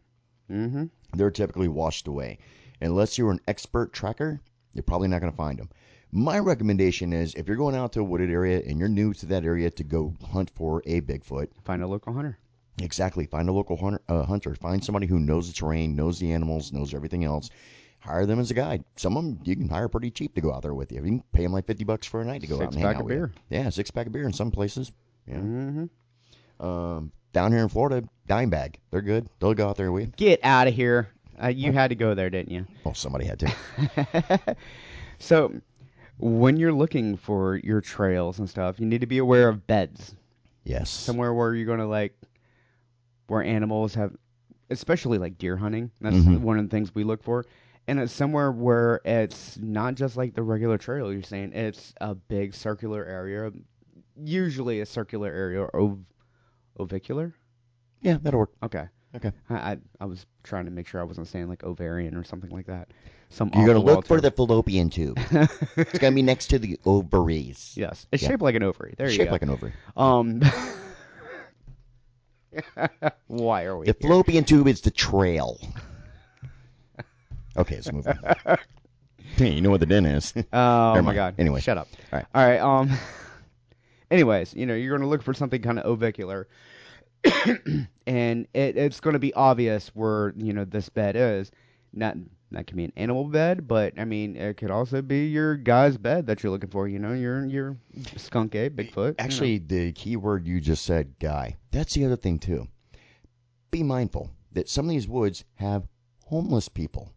[SPEAKER 4] mm-hmm.
[SPEAKER 3] they're typically washed away. Unless you're an expert tracker, you're probably not going to find them. My recommendation is if you're going out to a wooded area and you're new to that area to go hunt for a Bigfoot,
[SPEAKER 4] find a local hunter.
[SPEAKER 3] exactly, find a local hunter, uh, hunter. Find somebody who knows the terrain, knows the animals, knows everything else. Hire them as a guide. Some of them you can hire pretty cheap to go out there with you. You can pay them like 50 bucks for a night to go out
[SPEAKER 4] Six
[SPEAKER 3] and hang
[SPEAKER 4] pack
[SPEAKER 3] out
[SPEAKER 4] of
[SPEAKER 3] with you.
[SPEAKER 4] beer.
[SPEAKER 3] Yeah, six pack of beer in some places. Yeah.
[SPEAKER 4] Mm-hmm.
[SPEAKER 3] Um, down here in Florida, dime bag. They're good. They'll go out there with you.
[SPEAKER 4] Get out of here. Uh, you had to go there, didn't you?
[SPEAKER 3] Oh, somebody had to.
[SPEAKER 4] So, when you're looking for your trails and stuff, you need to be aware of beds.
[SPEAKER 3] Yes.
[SPEAKER 4] somewhere where you're gonna like where animals have especially like deer hunting that's
[SPEAKER 3] Mhm.
[SPEAKER 4] one of the things we look for and it's somewhere where it's not just like the regular trail you're saying it's a big circular area usually a circular area or ov- ovicular
[SPEAKER 3] Yeah, that'll work.
[SPEAKER 4] okay
[SPEAKER 3] Okay.
[SPEAKER 4] I, I I was trying to make sure I wasn't saying like ovarian or something like that. Some
[SPEAKER 3] You're
[SPEAKER 4] going
[SPEAKER 3] gonna look for the fallopian tube. it's gonna be next to the ovaries.
[SPEAKER 4] yes. It's
[SPEAKER 3] Yeah.
[SPEAKER 4] shaped like an ovary. There you
[SPEAKER 3] Shaped
[SPEAKER 4] go.
[SPEAKER 3] like an ovary.
[SPEAKER 4] um. Why are we?
[SPEAKER 3] The
[SPEAKER 4] here?
[SPEAKER 3] fallopian tube is the trail. okay, let's move on. hey, you know what the den is.
[SPEAKER 4] Oh
[SPEAKER 3] Never
[SPEAKER 4] my
[SPEAKER 3] mind.
[SPEAKER 4] god.
[SPEAKER 3] Anyway.
[SPEAKER 4] shut up.
[SPEAKER 3] All right.
[SPEAKER 4] All right. Um. Anyways, you know you're going to look for something kind of ovicular, and it, it's going to be obvious where you know this bed is. Not that can be an animal bed, but I mean it could also be your guy's bed that you're looking for. You know, your your skunk ape, Bigfoot.
[SPEAKER 3] Actually, the key word you just said, guy. That's the other thing too. Be mindful that some of these woods have homeless people.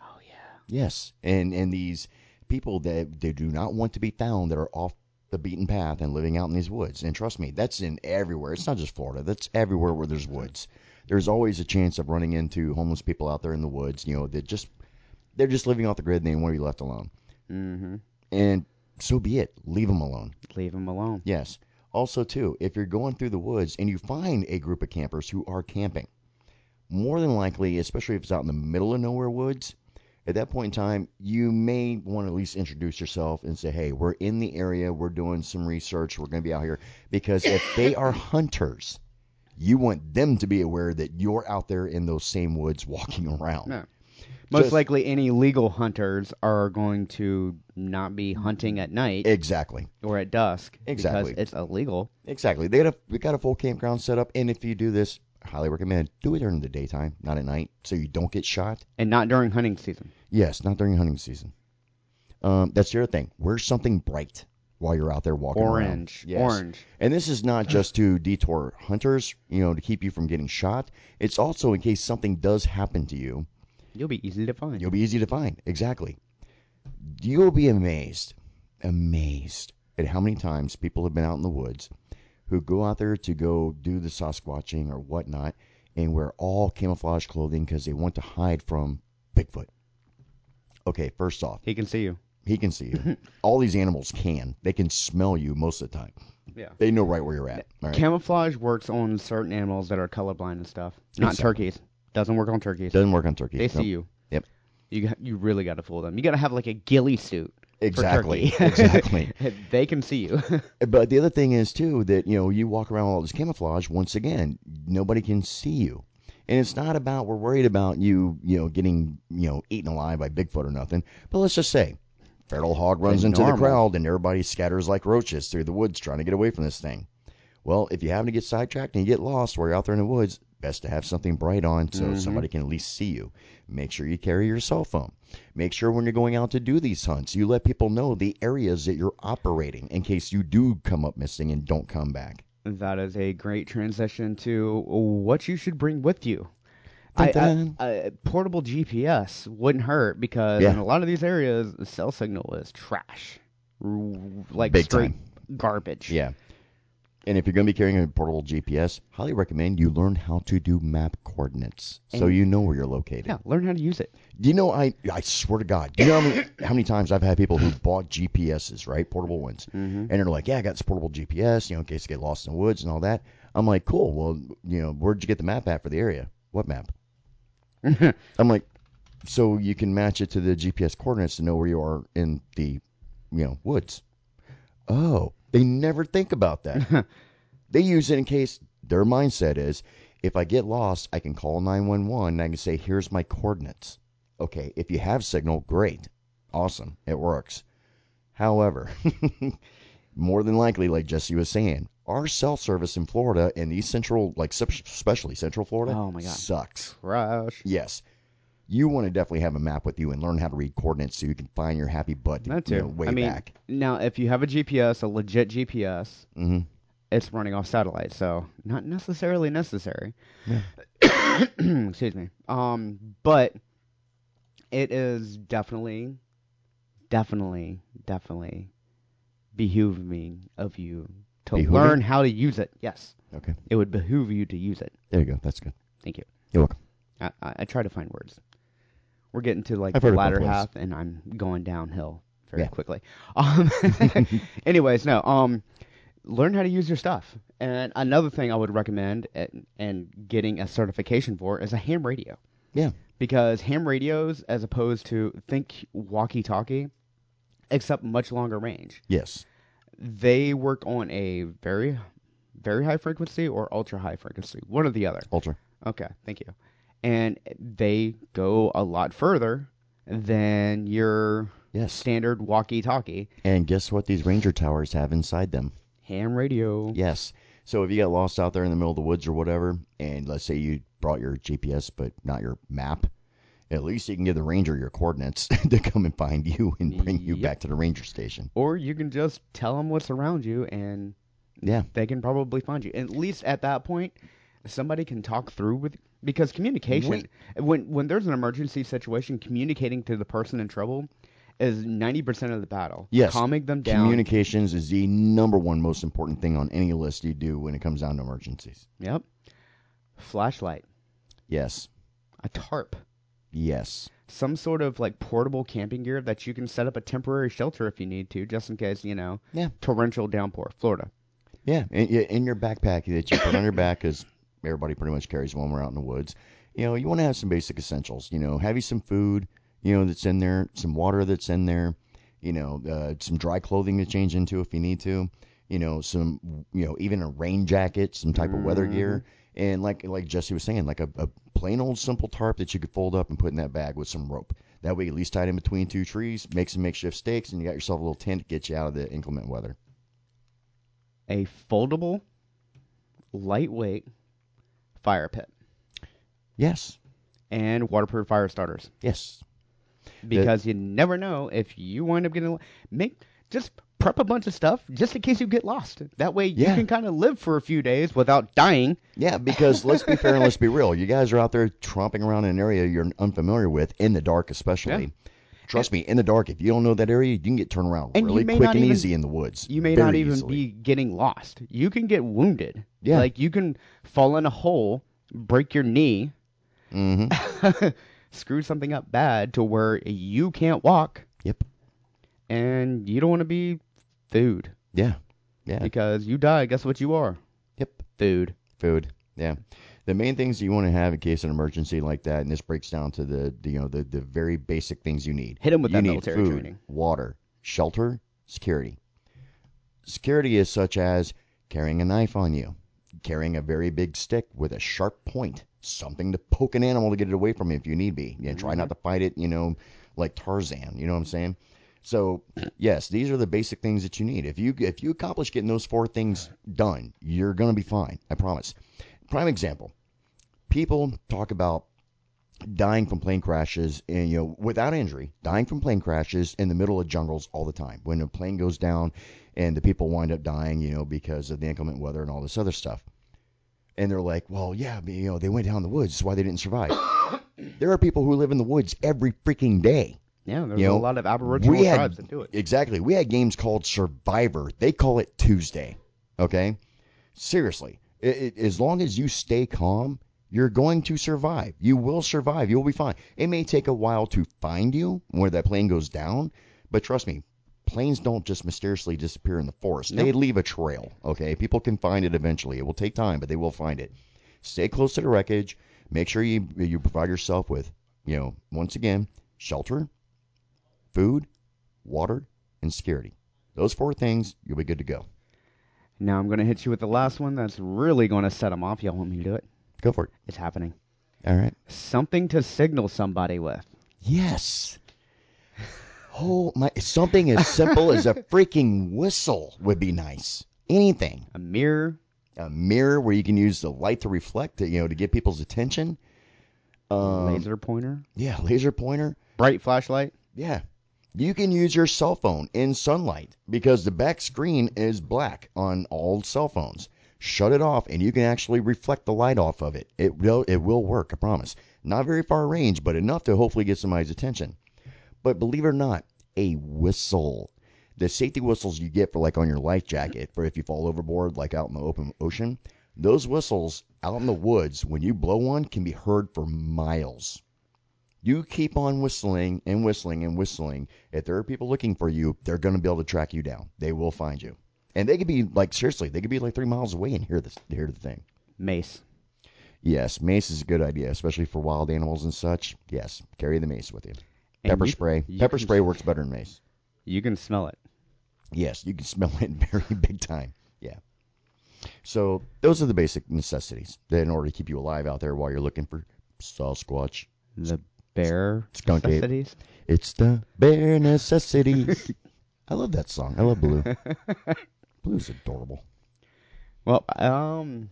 [SPEAKER 4] Oh yeah.
[SPEAKER 3] Yes, and and these people that they do not want to be found that are off the beaten path and living out in these woods. And trust me, that's in everywhere. It's not just Florida. That's everywhere where there's woods. There's always a chance of running into homeless people out there in the woods. You know, that just they're just living off the grid and they want to be left alone.
[SPEAKER 4] Mm-hmm.
[SPEAKER 3] And so be it. Leave them alone.
[SPEAKER 4] Leave him alone.
[SPEAKER 3] Yes. Also, too, if you're going through the woods and you find a group of campers who are camping, more than likely, especially if it's out in the middle of nowhere woods, at that point in time, you may want to at least introduce yourself and say, hey, we're in the area, we're doing some research, we're going to be out here. Because if they are hunters, you want them to be aware that you're out there in those same woods walking around.
[SPEAKER 4] No. Most
[SPEAKER 3] Just-
[SPEAKER 4] likely, any legal hunters are going to not be hunting at night
[SPEAKER 3] Exactly.
[SPEAKER 4] or at dusk
[SPEAKER 3] Exactly.
[SPEAKER 4] because it's illegal.
[SPEAKER 3] Exactly. They got a we got a full campground set up, and if you do this, highly recommend do it during the daytime, not at night, so you don't get shot.
[SPEAKER 4] and not during hunting season.
[SPEAKER 3] Yes, not during hunting season. Um, that's the other thing. Wear something bright while you're out there walking. around.
[SPEAKER 4] Orange,
[SPEAKER 3] Yes.
[SPEAKER 4] orange.
[SPEAKER 3] And this is not just to detour hunters, you know, to keep you from getting shot. It's also in case something does happen to you,
[SPEAKER 4] You'll be easy to find.
[SPEAKER 3] You'll be easy to find. Exactly. You'll be amazed, amazed at how many times people have been out in the woods who go out there to go do the Sasquatching or whatnot and wear all camouflage clothing because they want to hide from Bigfoot. Okay, first off,
[SPEAKER 4] He can see you.
[SPEAKER 3] he can see you. all these animals can. They can smell you most of the time.
[SPEAKER 4] Yeah.
[SPEAKER 3] They know right where you're at. All right.
[SPEAKER 4] Camouflage works on certain animals that are colorblind and stuff. Not
[SPEAKER 3] Exactly.
[SPEAKER 4] turkeys. Doesn't work on turkeys.
[SPEAKER 3] Doesn't work on turkey.
[SPEAKER 4] they
[SPEAKER 3] No.
[SPEAKER 4] see you.
[SPEAKER 3] Yep.
[SPEAKER 4] You got, you really got to fool them. You got to have like a ghillie suit. for
[SPEAKER 3] Exactly.
[SPEAKER 4] turkey.
[SPEAKER 3] exactly.
[SPEAKER 4] they can see you.
[SPEAKER 3] But the other thing is too that you know you walk around with all this camouflage. Once again, nobody can see you, and it's not about we're worried about you you know getting you know eaten alive by Bigfoot or nothing. But let's just say, feral hog runs into the
[SPEAKER 4] normal.
[SPEAKER 3] crowd and everybody scatters like roaches through the woods trying to get away from this thing. Well, if you happen to get sidetracked and you get lost while you're out there in the woods, best to have something bright on so
[SPEAKER 4] Mhm.
[SPEAKER 3] somebody can at least see you. Make sure you carry your cell phone. Make sure when you're going out to do these hunts, you let people know the areas that you're operating in case you do come up missing and don't come back.
[SPEAKER 4] that is a great transition to what you should bring with you.
[SPEAKER 3] Dun,
[SPEAKER 4] I- I-
[SPEAKER 3] dun.
[SPEAKER 4] uh, portable GPS wouldn't hurt because
[SPEAKER 3] Yeah.
[SPEAKER 4] in a lot of these areas, the cell signal is trash, R- like
[SPEAKER 3] Big
[SPEAKER 4] straight garbage.
[SPEAKER 3] Yeah. And if you're going to be carrying a portable GPS, highly recommend you learn how to do map coordinates so
[SPEAKER 4] And-
[SPEAKER 3] you know where you're located.
[SPEAKER 4] Yeah, learn how to use it.
[SPEAKER 3] Do you know I I swear to God, do you know how many, how many times I've had people who bought GPSs, right? Portable ones.
[SPEAKER 4] Mm-hmm.
[SPEAKER 3] And they're like, Yeah, I got this portable GPS, you know, in case I get lost in the woods and all that. I'm like, Cool, well, you know, where'd you get the map at for the area? What map? I'm like, so you can match it to the GPS coordinates to know where you are in the, you know, woods. Oh, they never think about that. they use it in case their mindset is, if I get lost, I can call 911 and I can say, here's my coordinates. Okay, if you have signal, great. Awesome. It works. However, more than likely, like Jesse was saying, our cell service in Florida and East Central, like especially Central Florida,
[SPEAKER 4] Oh my God.
[SPEAKER 3] sucks.
[SPEAKER 4] Trash.
[SPEAKER 3] Yes. You want to definitely have a map with you and learn how to read coordinates so you can find your happy butt
[SPEAKER 4] That
[SPEAKER 3] you
[SPEAKER 4] too.
[SPEAKER 3] know, way
[SPEAKER 4] I mean,
[SPEAKER 3] back.
[SPEAKER 4] now if you have a GPS, a legit GPS,
[SPEAKER 3] hmm
[SPEAKER 4] it's running off satellite, so not necessarily necessary.
[SPEAKER 3] Yeah.
[SPEAKER 4] Excuse me. Um, but it is definitely, definitely, definitely behooving of you to
[SPEAKER 3] Behooving?
[SPEAKER 4] learn how to use it. Yes,
[SPEAKER 3] Okay.
[SPEAKER 4] it would behoove you to use it.
[SPEAKER 3] There you go. That's good.
[SPEAKER 4] Thank you.
[SPEAKER 3] You're welcome.
[SPEAKER 4] I, I, I try to find words. We're getting to like
[SPEAKER 3] I've
[SPEAKER 4] the
[SPEAKER 3] heard it both
[SPEAKER 4] latter
[SPEAKER 3] ways.
[SPEAKER 4] half, and I'm going downhill very
[SPEAKER 3] Yeah.
[SPEAKER 4] quickly. Um, anyways, no. Um, learn how to use your stuff. And another thing I would recommend and, and getting a certification for is a ham radio
[SPEAKER 3] Yeah.
[SPEAKER 4] because ham radios, as opposed to think walkie-talkie, except much longer range,
[SPEAKER 3] Yes.
[SPEAKER 4] they work on a very, very high frequency or ultra high frequency, one or the other.
[SPEAKER 3] Ultra.
[SPEAKER 4] Okay, thank you. And they go a lot further than your
[SPEAKER 3] Yes.
[SPEAKER 4] standard walkie-talkie
[SPEAKER 3] and guess what these ranger towers have inside them?
[SPEAKER 4] ham radio.
[SPEAKER 3] Yes. So if you got lost out there in the middle of the woods or whatever, and let's say you brought your GPS but not your map, at least you can give the ranger your coordinates to come and find you and bring you
[SPEAKER 4] Yep.
[SPEAKER 3] back to the ranger station.
[SPEAKER 4] Or you can just tell them what's around you, and
[SPEAKER 3] Yeah.
[SPEAKER 4] they can probably find you. At least at that point, somebody can talk through with because communication.
[SPEAKER 3] Wait.
[SPEAKER 4] When when there's an emergency situation, communicating to the person in trouble is ninety percent of the battle.
[SPEAKER 3] Yes.
[SPEAKER 4] calming them down.
[SPEAKER 3] Communications is the number one most important thing on any list you do when it comes down to emergencies.
[SPEAKER 4] yep. Flashlight,
[SPEAKER 3] Yes.
[SPEAKER 4] a tarp.
[SPEAKER 3] Yes.
[SPEAKER 4] some sort of like portable camping gear that you can set up a temporary shelter if you need to, just in case, you know,
[SPEAKER 3] Yeah.
[SPEAKER 4] torrential downpour, Florida.
[SPEAKER 3] Yeah. In, yeah, in your backpack that you put on your back, because everybody pretty much carries one when we're out in the woods. You know, you want to have some basic essentials. You know, have you some food, you know, that's in there, some water that's in there, you know, uh, some dry clothing to change into if you need to, you know, some, you know, even a rain jacket, some type of weather gear. And like like Jesse was saying, like a, a plain old simple tarp that you could fold up and put in that bag with some rope. That way, you at least tied in between two trees, make some makeshift stakes, and you got yourself a little tent to get you out of the inclement weather.
[SPEAKER 4] A foldable, lightweight fire pit
[SPEAKER 3] Yes,
[SPEAKER 4] and waterproof fire starters
[SPEAKER 3] yes,
[SPEAKER 4] because you never know if you wind up getting make just prep a bunch of stuff just in case you get lost. That way you
[SPEAKER 3] Yeah.
[SPEAKER 4] can kind of live for a few days without dying.
[SPEAKER 3] Yeah, because let's be fair and let's be real. You guys are out there tromping around in an area you're unfamiliar with, in the dark especially. Trust me, in the dark, if you don't know that area, you can get turned around
[SPEAKER 4] And you
[SPEAKER 3] really
[SPEAKER 4] may
[SPEAKER 3] quick
[SPEAKER 4] not
[SPEAKER 3] and
[SPEAKER 4] even-
[SPEAKER 3] easy in the woods.
[SPEAKER 4] you may
[SPEAKER 3] Very
[SPEAKER 4] not even
[SPEAKER 3] easily.
[SPEAKER 4] be getting lost. You can get wounded.
[SPEAKER 3] Yeah.
[SPEAKER 4] Like you can fall in a hole, break your knee,
[SPEAKER 3] Mhm.
[SPEAKER 4] screw something up bad to where you can't walk
[SPEAKER 3] Yep.
[SPEAKER 4] and you don't want to be food
[SPEAKER 3] Yeah. Yeah.
[SPEAKER 4] because you die. Guess what you are?
[SPEAKER 3] Yep.
[SPEAKER 4] Food.
[SPEAKER 3] Food. Yeah. The main things you want to have in case of an emergency like that, and this breaks down to the, the you know the, the very basic things you need.
[SPEAKER 4] Hit 'em with
[SPEAKER 3] you
[SPEAKER 4] that
[SPEAKER 3] need
[SPEAKER 4] military
[SPEAKER 3] food,
[SPEAKER 4] training.
[SPEAKER 3] water, shelter, security. Security is such as carrying a knife on you, carrying a very big stick with a sharp point, something to poke an animal to get it away from you if you need be. Yeah, try
[SPEAKER 4] Mm-hmm.
[SPEAKER 3] not to fight it, you know, like Tarzan. You know what I'm saying? So yes, these are the basic things that you need. If you if you accomplish getting those four things done, you're gonna be fine. I promise. Prime example: people talk about dying from plane crashes and you know without injury dying from plane crashes in the middle of jungles all the time when a plane goes down and the people wind up dying you know because of the inclement weather and all this other stuff and they're like well yeah but, you know they went down in the woods that's why they didn't survive there are people who live in the woods every freaking day
[SPEAKER 4] Yeah, there's
[SPEAKER 3] You know,
[SPEAKER 4] a lot of Aboriginal
[SPEAKER 3] we had-
[SPEAKER 4] tribes that do it.
[SPEAKER 3] Exactly. We had games called Survivor. They call it Tuesday. Okay? Seriously. I i as long as you stay calm, you're going to survive. You will survive. You'll be fine. It may take a while to find you where that plane goes down, but trust me, planes don't just mysteriously disappear in the forest. They
[SPEAKER 4] Nope.
[SPEAKER 3] leave a trail. Okay? People can find it eventually. It will take time, but they will find it. Stay close to the wreckage. Make sure you you provide yourself with, you know, once again, shelter, food, water, and security. Those four things, you'll be good to go.
[SPEAKER 4] Now I'm gonna hit you with the last one that's really gonna set them off. Y'all want me to do it?
[SPEAKER 3] Go for it.
[SPEAKER 4] It's happening.
[SPEAKER 3] All right.
[SPEAKER 4] Something to signal somebody with.
[SPEAKER 3] Yes. Oh my! Something as simple as a freaking whistle would be nice. Anything.
[SPEAKER 4] A mirror.
[SPEAKER 3] A mirror where you can use the light to reflect, to, you know, to get people's attention. Um,
[SPEAKER 4] laser pointer,
[SPEAKER 3] Yeah, laser pointer.
[SPEAKER 4] bright flashlight.
[SPEAKER 3] Yeah. You can use your cell phone in sunlight because the back screen is black on all cell phones. Shut it off and you can actually reflect the light off of it. It will it will work, I promise. Not very far range, but enough to hopefully get somebody's attention. But believe it or not, a whistle. The safety whistles you get for like on your life jacket for if you fall overboard like out in the open ocean, those whistles out in the woods when you blow one can be heard for miles. You keep on whistling and whistling and whistling. If there are people looking for you, they're going to be able to track you down. They will find you. And they could be like seriously, they could be like three miles away and hear this, hear the thing.
[SPEAKER 4] Mace.
[SPEAKER 3] Yes, mace is a good idea, especially for wild animals and such. Yes, carry the mace with you.
[SPEAKER 4] And
[SPEAKER 3] Pepper
[SPEAKER 4] you-
[SPEAKER 3] spray.
[SPEAKER 4] you
[SPEAKER 3] Pepper
[SPEAKER 4] can-
[SPEAKER 3] spray works better than mace.
[SPEAKER 4] You can smell it.
[SPEAKER 3] Yes, you can smell it very big time. Yeah. So those are the basic necessities that in order to keep you alive out there while you're looking for Sasquatch.
[SPEAKER 4] The bear
[SPEAKER 3] skunk ape.
[SPEAKER 4] necessities.
[SPEAKER 3] It's the bare necessities. I love that song. I love Blue. Blue's adorable.
[SPEAKER 4] Well, um,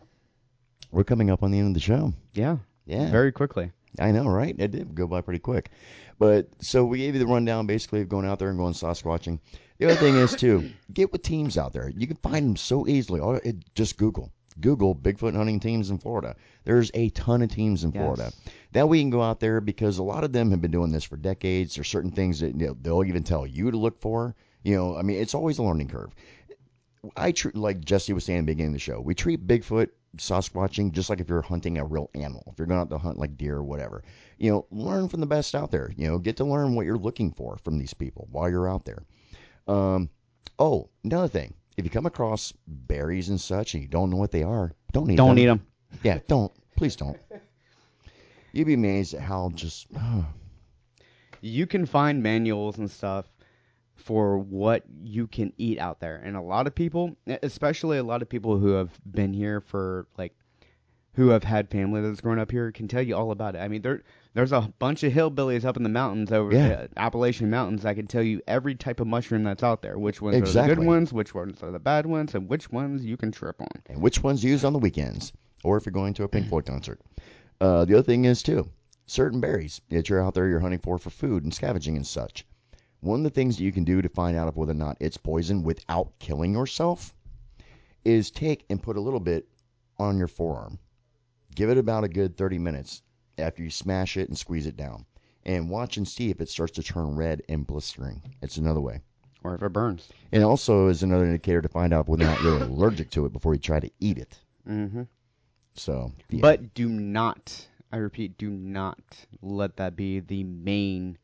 [SPEAKER 3] We're coming up on the end of the show.
[SPEAKER 4] yeah,
[SPEAKER 3] Yeah.
[SPEAKER 4] very quickly.
[SPEAKER 3] I know, right? It did go by pretty quick. But so we gave you the rundown basically of going out there and going Sasquatching. The other thing is, too, get with teams out there. You can find them so easily. All it, just Google. Google Bigfoot hunting teams in Florida. There's a ton of teams in
[SPEAKER 4] Yes.
[SPEAKER 3] Florida. That way you can go out there because a lot of them have been doing this for decades. There's certain things that you know, they'll even tell you to look for. You know, I mean, it's always a learning curve. I treat like Jesse was saying at the beginning of the show. We treat Bigfoot, Sasquatching, just like if you're hunting a real animal. If you're going out to hunt like deer or whatever, you know, learn from the best out there. You know, get to learn what you're looking for from these people while you're out there. Um, oh, another thing. If you come across berries and such and you don't know what they are, don't eat
[SPEAKER 4] Don't
[SPEAKER 3] them.
[SPEAKER 4] eat them.
[SPEAKER 3] Yeah, don't. Please don't. You'd be amazed at how just oh,
[SPEAKER 4] You can find manuals and stuff for what you can eat out there, and a lot of people, e, especially a lot of people who have been here for like, who have had family that's grown up here, can tell you all about it. I mean, there there's a bunch of hillbillies up in the mountains over
[SPEAKER 3] Yeah.
[SPEAKER 4] the Appalachian Mountains. I can tell you every type of mushroom that's out there, which ones are the
[SPEAKER 3] Exactly.
[SPEAKER 4] good ones, which ones are the bad ones, and which ones you can trip on.
[SPEAKER 3] and which ones you use on the weekends or if you're going to a Pink Floyd concert. Uh, the other thing is too certain berries that you're out there you're hunting for for food and scavenging and such. One of the things that you can do to find out whether or not it's poison without killing yourself is take and put a little bit on your forearm. Give it about a good 30 minutes after you smash it and squeeze it down. and watch and see if it starts to turn red and blistering. It's another way.
[SPEAKER 4] or if it burns.
[SPEAKER 3] It also is another indicator to find out whether or not you're allergic to it before you try to eat it.
[SPEAKER 4] Mm-hmm.
[SPEAKER 3] So, yeah.
[SPEAKER 4] But do not, I repeat, do not let that be the main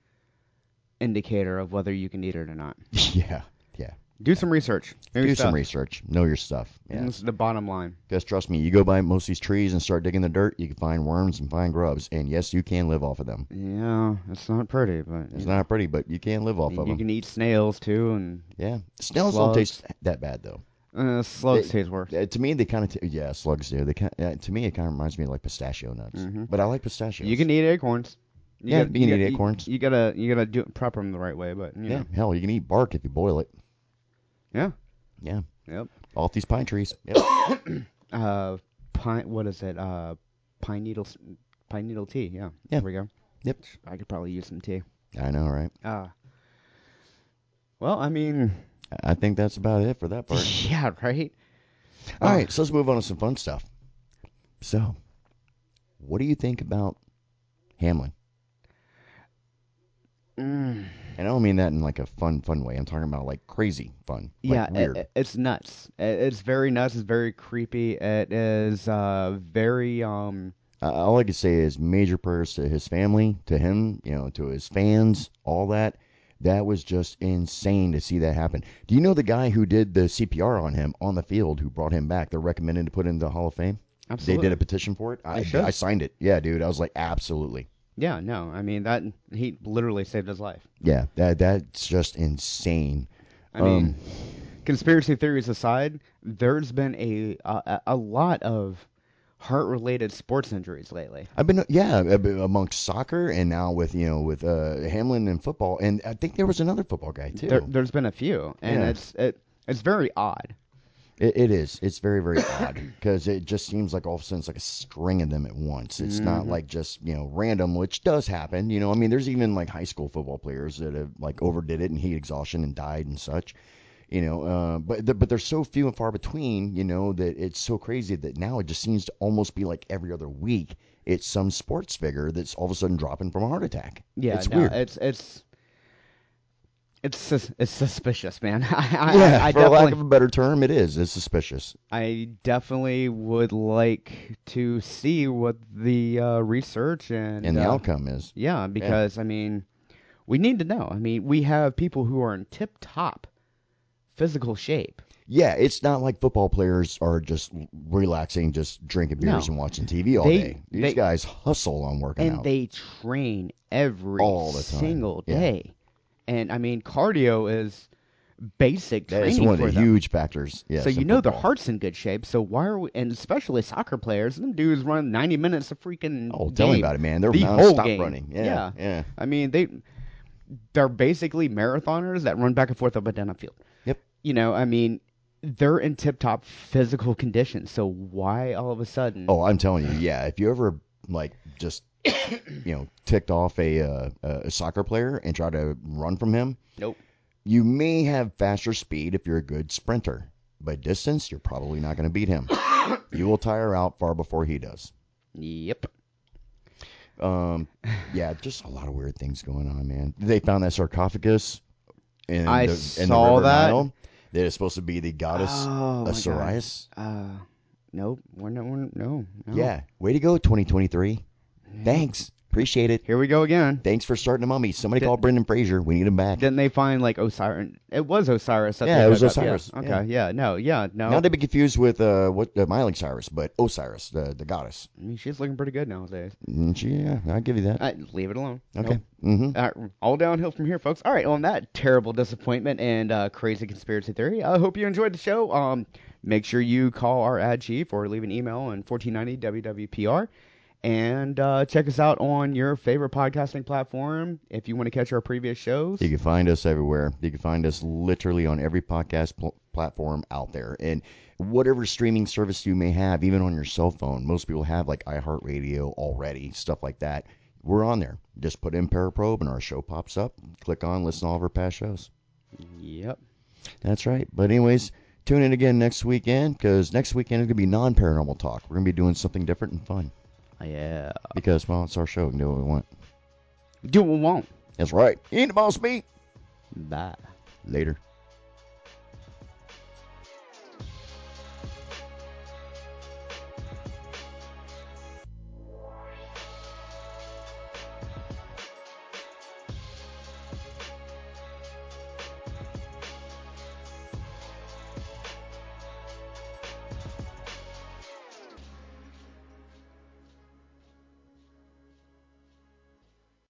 [SPEAKER 4] indicator of whether you can eat it or not.
[SPEAKER 3] yeah, yeah,
[SPEAKER 4] Do some research. Know your
[SPEAKER 3] do
[SPEAKER 4] stuff.
[SPEAKER 3] some research, know your stuff. Yeah.
[SPEAKER 4] This is the bottom line.
[SPEAKER 3] Because trust me, you go by most of these trees and start digging the dirt, you can find worms and find grubs, and yes, you can live off of them.
[SPEAKER 4] Yeah, it's not pretty, but
[SPEAKER 3] It's not pretty, but you can live off
[SPEAKER 4] you
[SPEAKER 3] of them.
[SPEAKER 4] can eat snails too, and
[SPEAKER 3] Yeah, snails don't
[SPEAKER 4] Slugs.
[SPEAKER 3] taste that bad though.
[SPEAKER 4] uh, slugs
[SPEAKER 3] They-
[SPEAKER 4] taste worse.
[SPEAKER 3] Uh, to me, they kind of t- yeah, slugs do. They kind uh, to me, it kind of reminds me of like pistachio nuts.
[SPEAKER 4] Mhm.
[SPEAKER 3] But I like pistachios.
[SPEAKER 4] You can eat acorns. You
[SPEAKER 3] Yeah, you can eat
[SPEAKER 4] gotta-
[SPEAKER 3] acorns.
[SPEAKER 4] You, gotta you gotta do prep them the right way, but you
[SPEAKER 3] yeah,
[SPEAKER 4] know.
[SPEAKER 3] hell, you can eat bark if you boil it.
[SPEAKER 4] yeah,
[SPEAKER 3] Yeah,
[SPEAKER 4] yep.
[SPEAKER 3] off these pine trees. Yep.
[SPEAKER 4] Uh, pine. What is it? Uh, pine needle. s- Pine needle tea. Yeah.
[SPEAKER 3] Yeah.
[SPEAKER 4] There we go.
[SPEAKER 3] Yep.
[SPEAKER 4] I could probably use some tea.
[SPEAKER 3] I know, right?
[SPEAKER 4] Uh, well, I mean,
[SPEAKER 3] I- I think that's about it for that part.
[SPEAKER 4] yeah, right. Oh.
[SPEAKER 3] All right, so let's move on to some fun stuff. So, what do you think about Hamlin?
[SPEAKER 4] Mm,
[SPEAKER 3] And I don't mean that in like a fun, fun way. I'm talking about like crazy fun. Like
[SPEAKER 4] yeah, eh, i-
[SPEAKER 3] weird.
[SPEAKER 4] i- it's nuts. I- It's very nuts. It's very creepy. It is uh very um
[SPEAKER 3] Uh, all I could say is major prayers to his family, to him, you know, to his fans, all that. That was just insane to see that happen. Do you know the guy who did the CPR on him on the field who brought him back? They're recommended to put in the Hall of Fame.
[SPEAKER 4] absolutely.
[SPEAKER 3] They did a petition for it. I,
[SPEAKER 4] should.
[SPEAKER 3] I signed it. Yeah, dude. I was like, absolutely.
[SPEAKER 4] Yeah, no, I mean that he literally saved his life.
[SPEAKER 3] Yeah, that that's just insane.
[SPEAKER 4] I
[SPEAKER 3] Um,
[SPEAKER 4] mean, conspiracy theories aside, there's been a a, a lot of heart-related sports injuries lately.
[SPEAKER 3] I've been yeah ab- amongst soccer and now with you know with uh, Hamlin and football and I think there was another football guy too.
[SPEAKER 4] There, there's been a few, and
[SPEAKER 3] Yeah.
[SPEAKER 4] it's it, it's very odd.
[SPEAKER 3] It, it is. It's very, very odd because it just seems like all of a sudden it's like a string of them at once. It's
[SPEAKER 4] Mm-hmm.
[SPEAKER 3] not like just, you know, random, which does happen. You know, I mean, there's even like high school football players that have like overdid it and heat exhaustion and died and such. You know, uh, but th- but they're so few and far between. You know that it's so crazy that now it just seems to almost be like every other week it's some sports figure that's all of a sudden dropping from a heart attack.
[SPEAKER 4] Yeah,
[SPEAKER 3] it's
[SPEAKER 4] no,
[SPEAKER 3] weird.
[SPEAKER 4] it's it's it's sus- it's suspicious, man. I, I,
[SPEAKER 3] yeah,
[SPEAKER 4] I
[SPEAKER 3] for lack
[SPEAKER 4] definitely
[SPEAKER 3] of a better term, it is. It's suspicious.
[SPEAKER 4] I definitely would like to see what the uh, research and
[SPEAKER 3] And the
[SPEAKER 4] uh,
[SPEAKER 3] outcome is
[SPEAKER 4] Yeah, because I mean, we need to know. I mean, we have people who are in tip-top physical shape.
[SPEAKER 3] Yeah, it's not like football players are just relaxing, just drinking beers
[SPEAKER 4] No.
[SPEAKER 3] and watching TV all
[SPEAKER 4] They-
[SPEAKER 3] day. These
[SPEAKER 4] they-
[SPEAKER 3] guys hustle on working
[SPEAKER 4] and
[SPEAKER 3] out.
[SPEAKER 4] they train every
[SPEAKER 3] All the time.
[SPEAKER 4] single
[SPEAKER 3] Yeah.
[SPEAKER 4] day. And I mean, cardio is basic
[SPEAKER 3] that is
[SPEAKER 4] training
[SPEAKER 3] one of
[SPEAKER 4] for
[SPEAKER 3] the
[SPEAKER 4] them.
[SPEAKER 3] huge factors. Yes,
[SPEAKER 4] so you
[SPEAKER 3] in
[SPEAKER 4] know their
[SPEAKER 3] football.
[SPEAKER 4] heart's in good shape. So why are we? And especially soccer players, them dudes run ninety minutes of freaking.
[SPEAKER 3] Oh, tell me
[SPEAKER 4] game.
[SPEAKER 3] about it, man. They're
[SPEAKER 4] The
[SPEAKER 3] nonstop
[SPEAKER 4] whole game.
[SPEAKER 3] running. Yeah, yeah,
[SPEAKER 4] I mean, they they're basically marathoners that run back and forth up and down a field.
[SPEAKER 3] Yep.
[SPEAKER 4] You know, I mean, they're in tip-top physical condition. So why all of a sudden?
[SPEAKER 3] Oh, I'm telling you, yeah. If you ever like just you know ticked off a uh, a soccer player and try to run from him,
[SPEAKER 4] Nope.
[SPEAKER 3] you may have faster speed if you're a good sprinter, but distance, you're probably not going to beat him. you will tire out far before he does.
[SPEAKER 4] Yep.
[SPEAKER 3] Um, yeah, just a lot of weird things going on, man. They found that sarcophagus in
[SPEAKER 4] I
[SPEAKER 3] the, in the
[SPEAKER 4] saw
[SPEAKER 3] River
[SPEAKER 4] that.
[SPEAKER 3] Nile. That is supposed to be the goddess
[SPEAKER 4] Oh, my God.
[SPEAKER 3] Osiris.
[SPEAKER 4] Uh, nope. We're not. We're, no, no.
[SPEAKER 3] Yeah, way to go, 2023. Thanks, appreciate it.
[SPEAKER 4] Here we go again.
[SPEAKER 3] Thanks for starting a mummy. Somebody
[SPEAKER 4] Did-
[SPEAKER 3] call Brendan Fraser. We need him back.
[SPEAKER 4] Didn't they find like Osiris? It was Osiris. that
[SPEAKER 3] Yeah,
[SPEAKER 4] they
[SPEAKER 3] it was
[SPEAKER 4] dug up,
[SPEAKER 3] Osiris,
[SPEAKER 4] Okay.
[SPEAKER 3] yeah.
[SPEAKER 4] Yeah. No. Yeah. No.
[SPEAKER 3] Not to be confused with uh, what uh, Miley Cyrus, but Osiris, the the goddess.
[SPEAKER 4] I mean, she's looking pretty good nowadays.
[SPEAKER 3] Mm, she- Yeah, I'll give you that.
[SPEAKER 4] I, leave it alone.
[SPEAKER 3] okay.
[SPEAKER 4] Nope.
[SPEAKER 3] Mm-hmm.
[SPEAKER 4] All right, all downhill from here, folks. All right, on that terrible disappointment and uh, crazy conspiracy theory, I hope you enjoyed the show. Um, make sure you call our ad chief or leave an email on 1490WWPR. And uh, check us out on your favorite podcasting platform if you want to catch our previous shows.
[SPEAKER 3] You can find us everywhere. You can find us literally on every podcast pl- platform out there. And whatever streaming service you may have, even on your cell phone, most people have like iHeartRadio already, stuff like that. We're on there. Just put in Paraprobe and our show pops up. Click on, listen to all of our past shows.
[SPEAKER 4] Yep.
[SPEAKER 3] That's right. But, anyways, tune in again next weekend because next weekend is going to be non paranormal talk. We're going to be doing something different and fun
[SPEAKER 4] Yeah.
[SPEAKER 3] because, well, it's our show. We can do what we want.
[SPEAKER 4] Do what we want.
[SPEAKER 3] That's right. You ain't the boss, me.
[SPEAKER 4] Bye.
[SPEAKER 3] Later.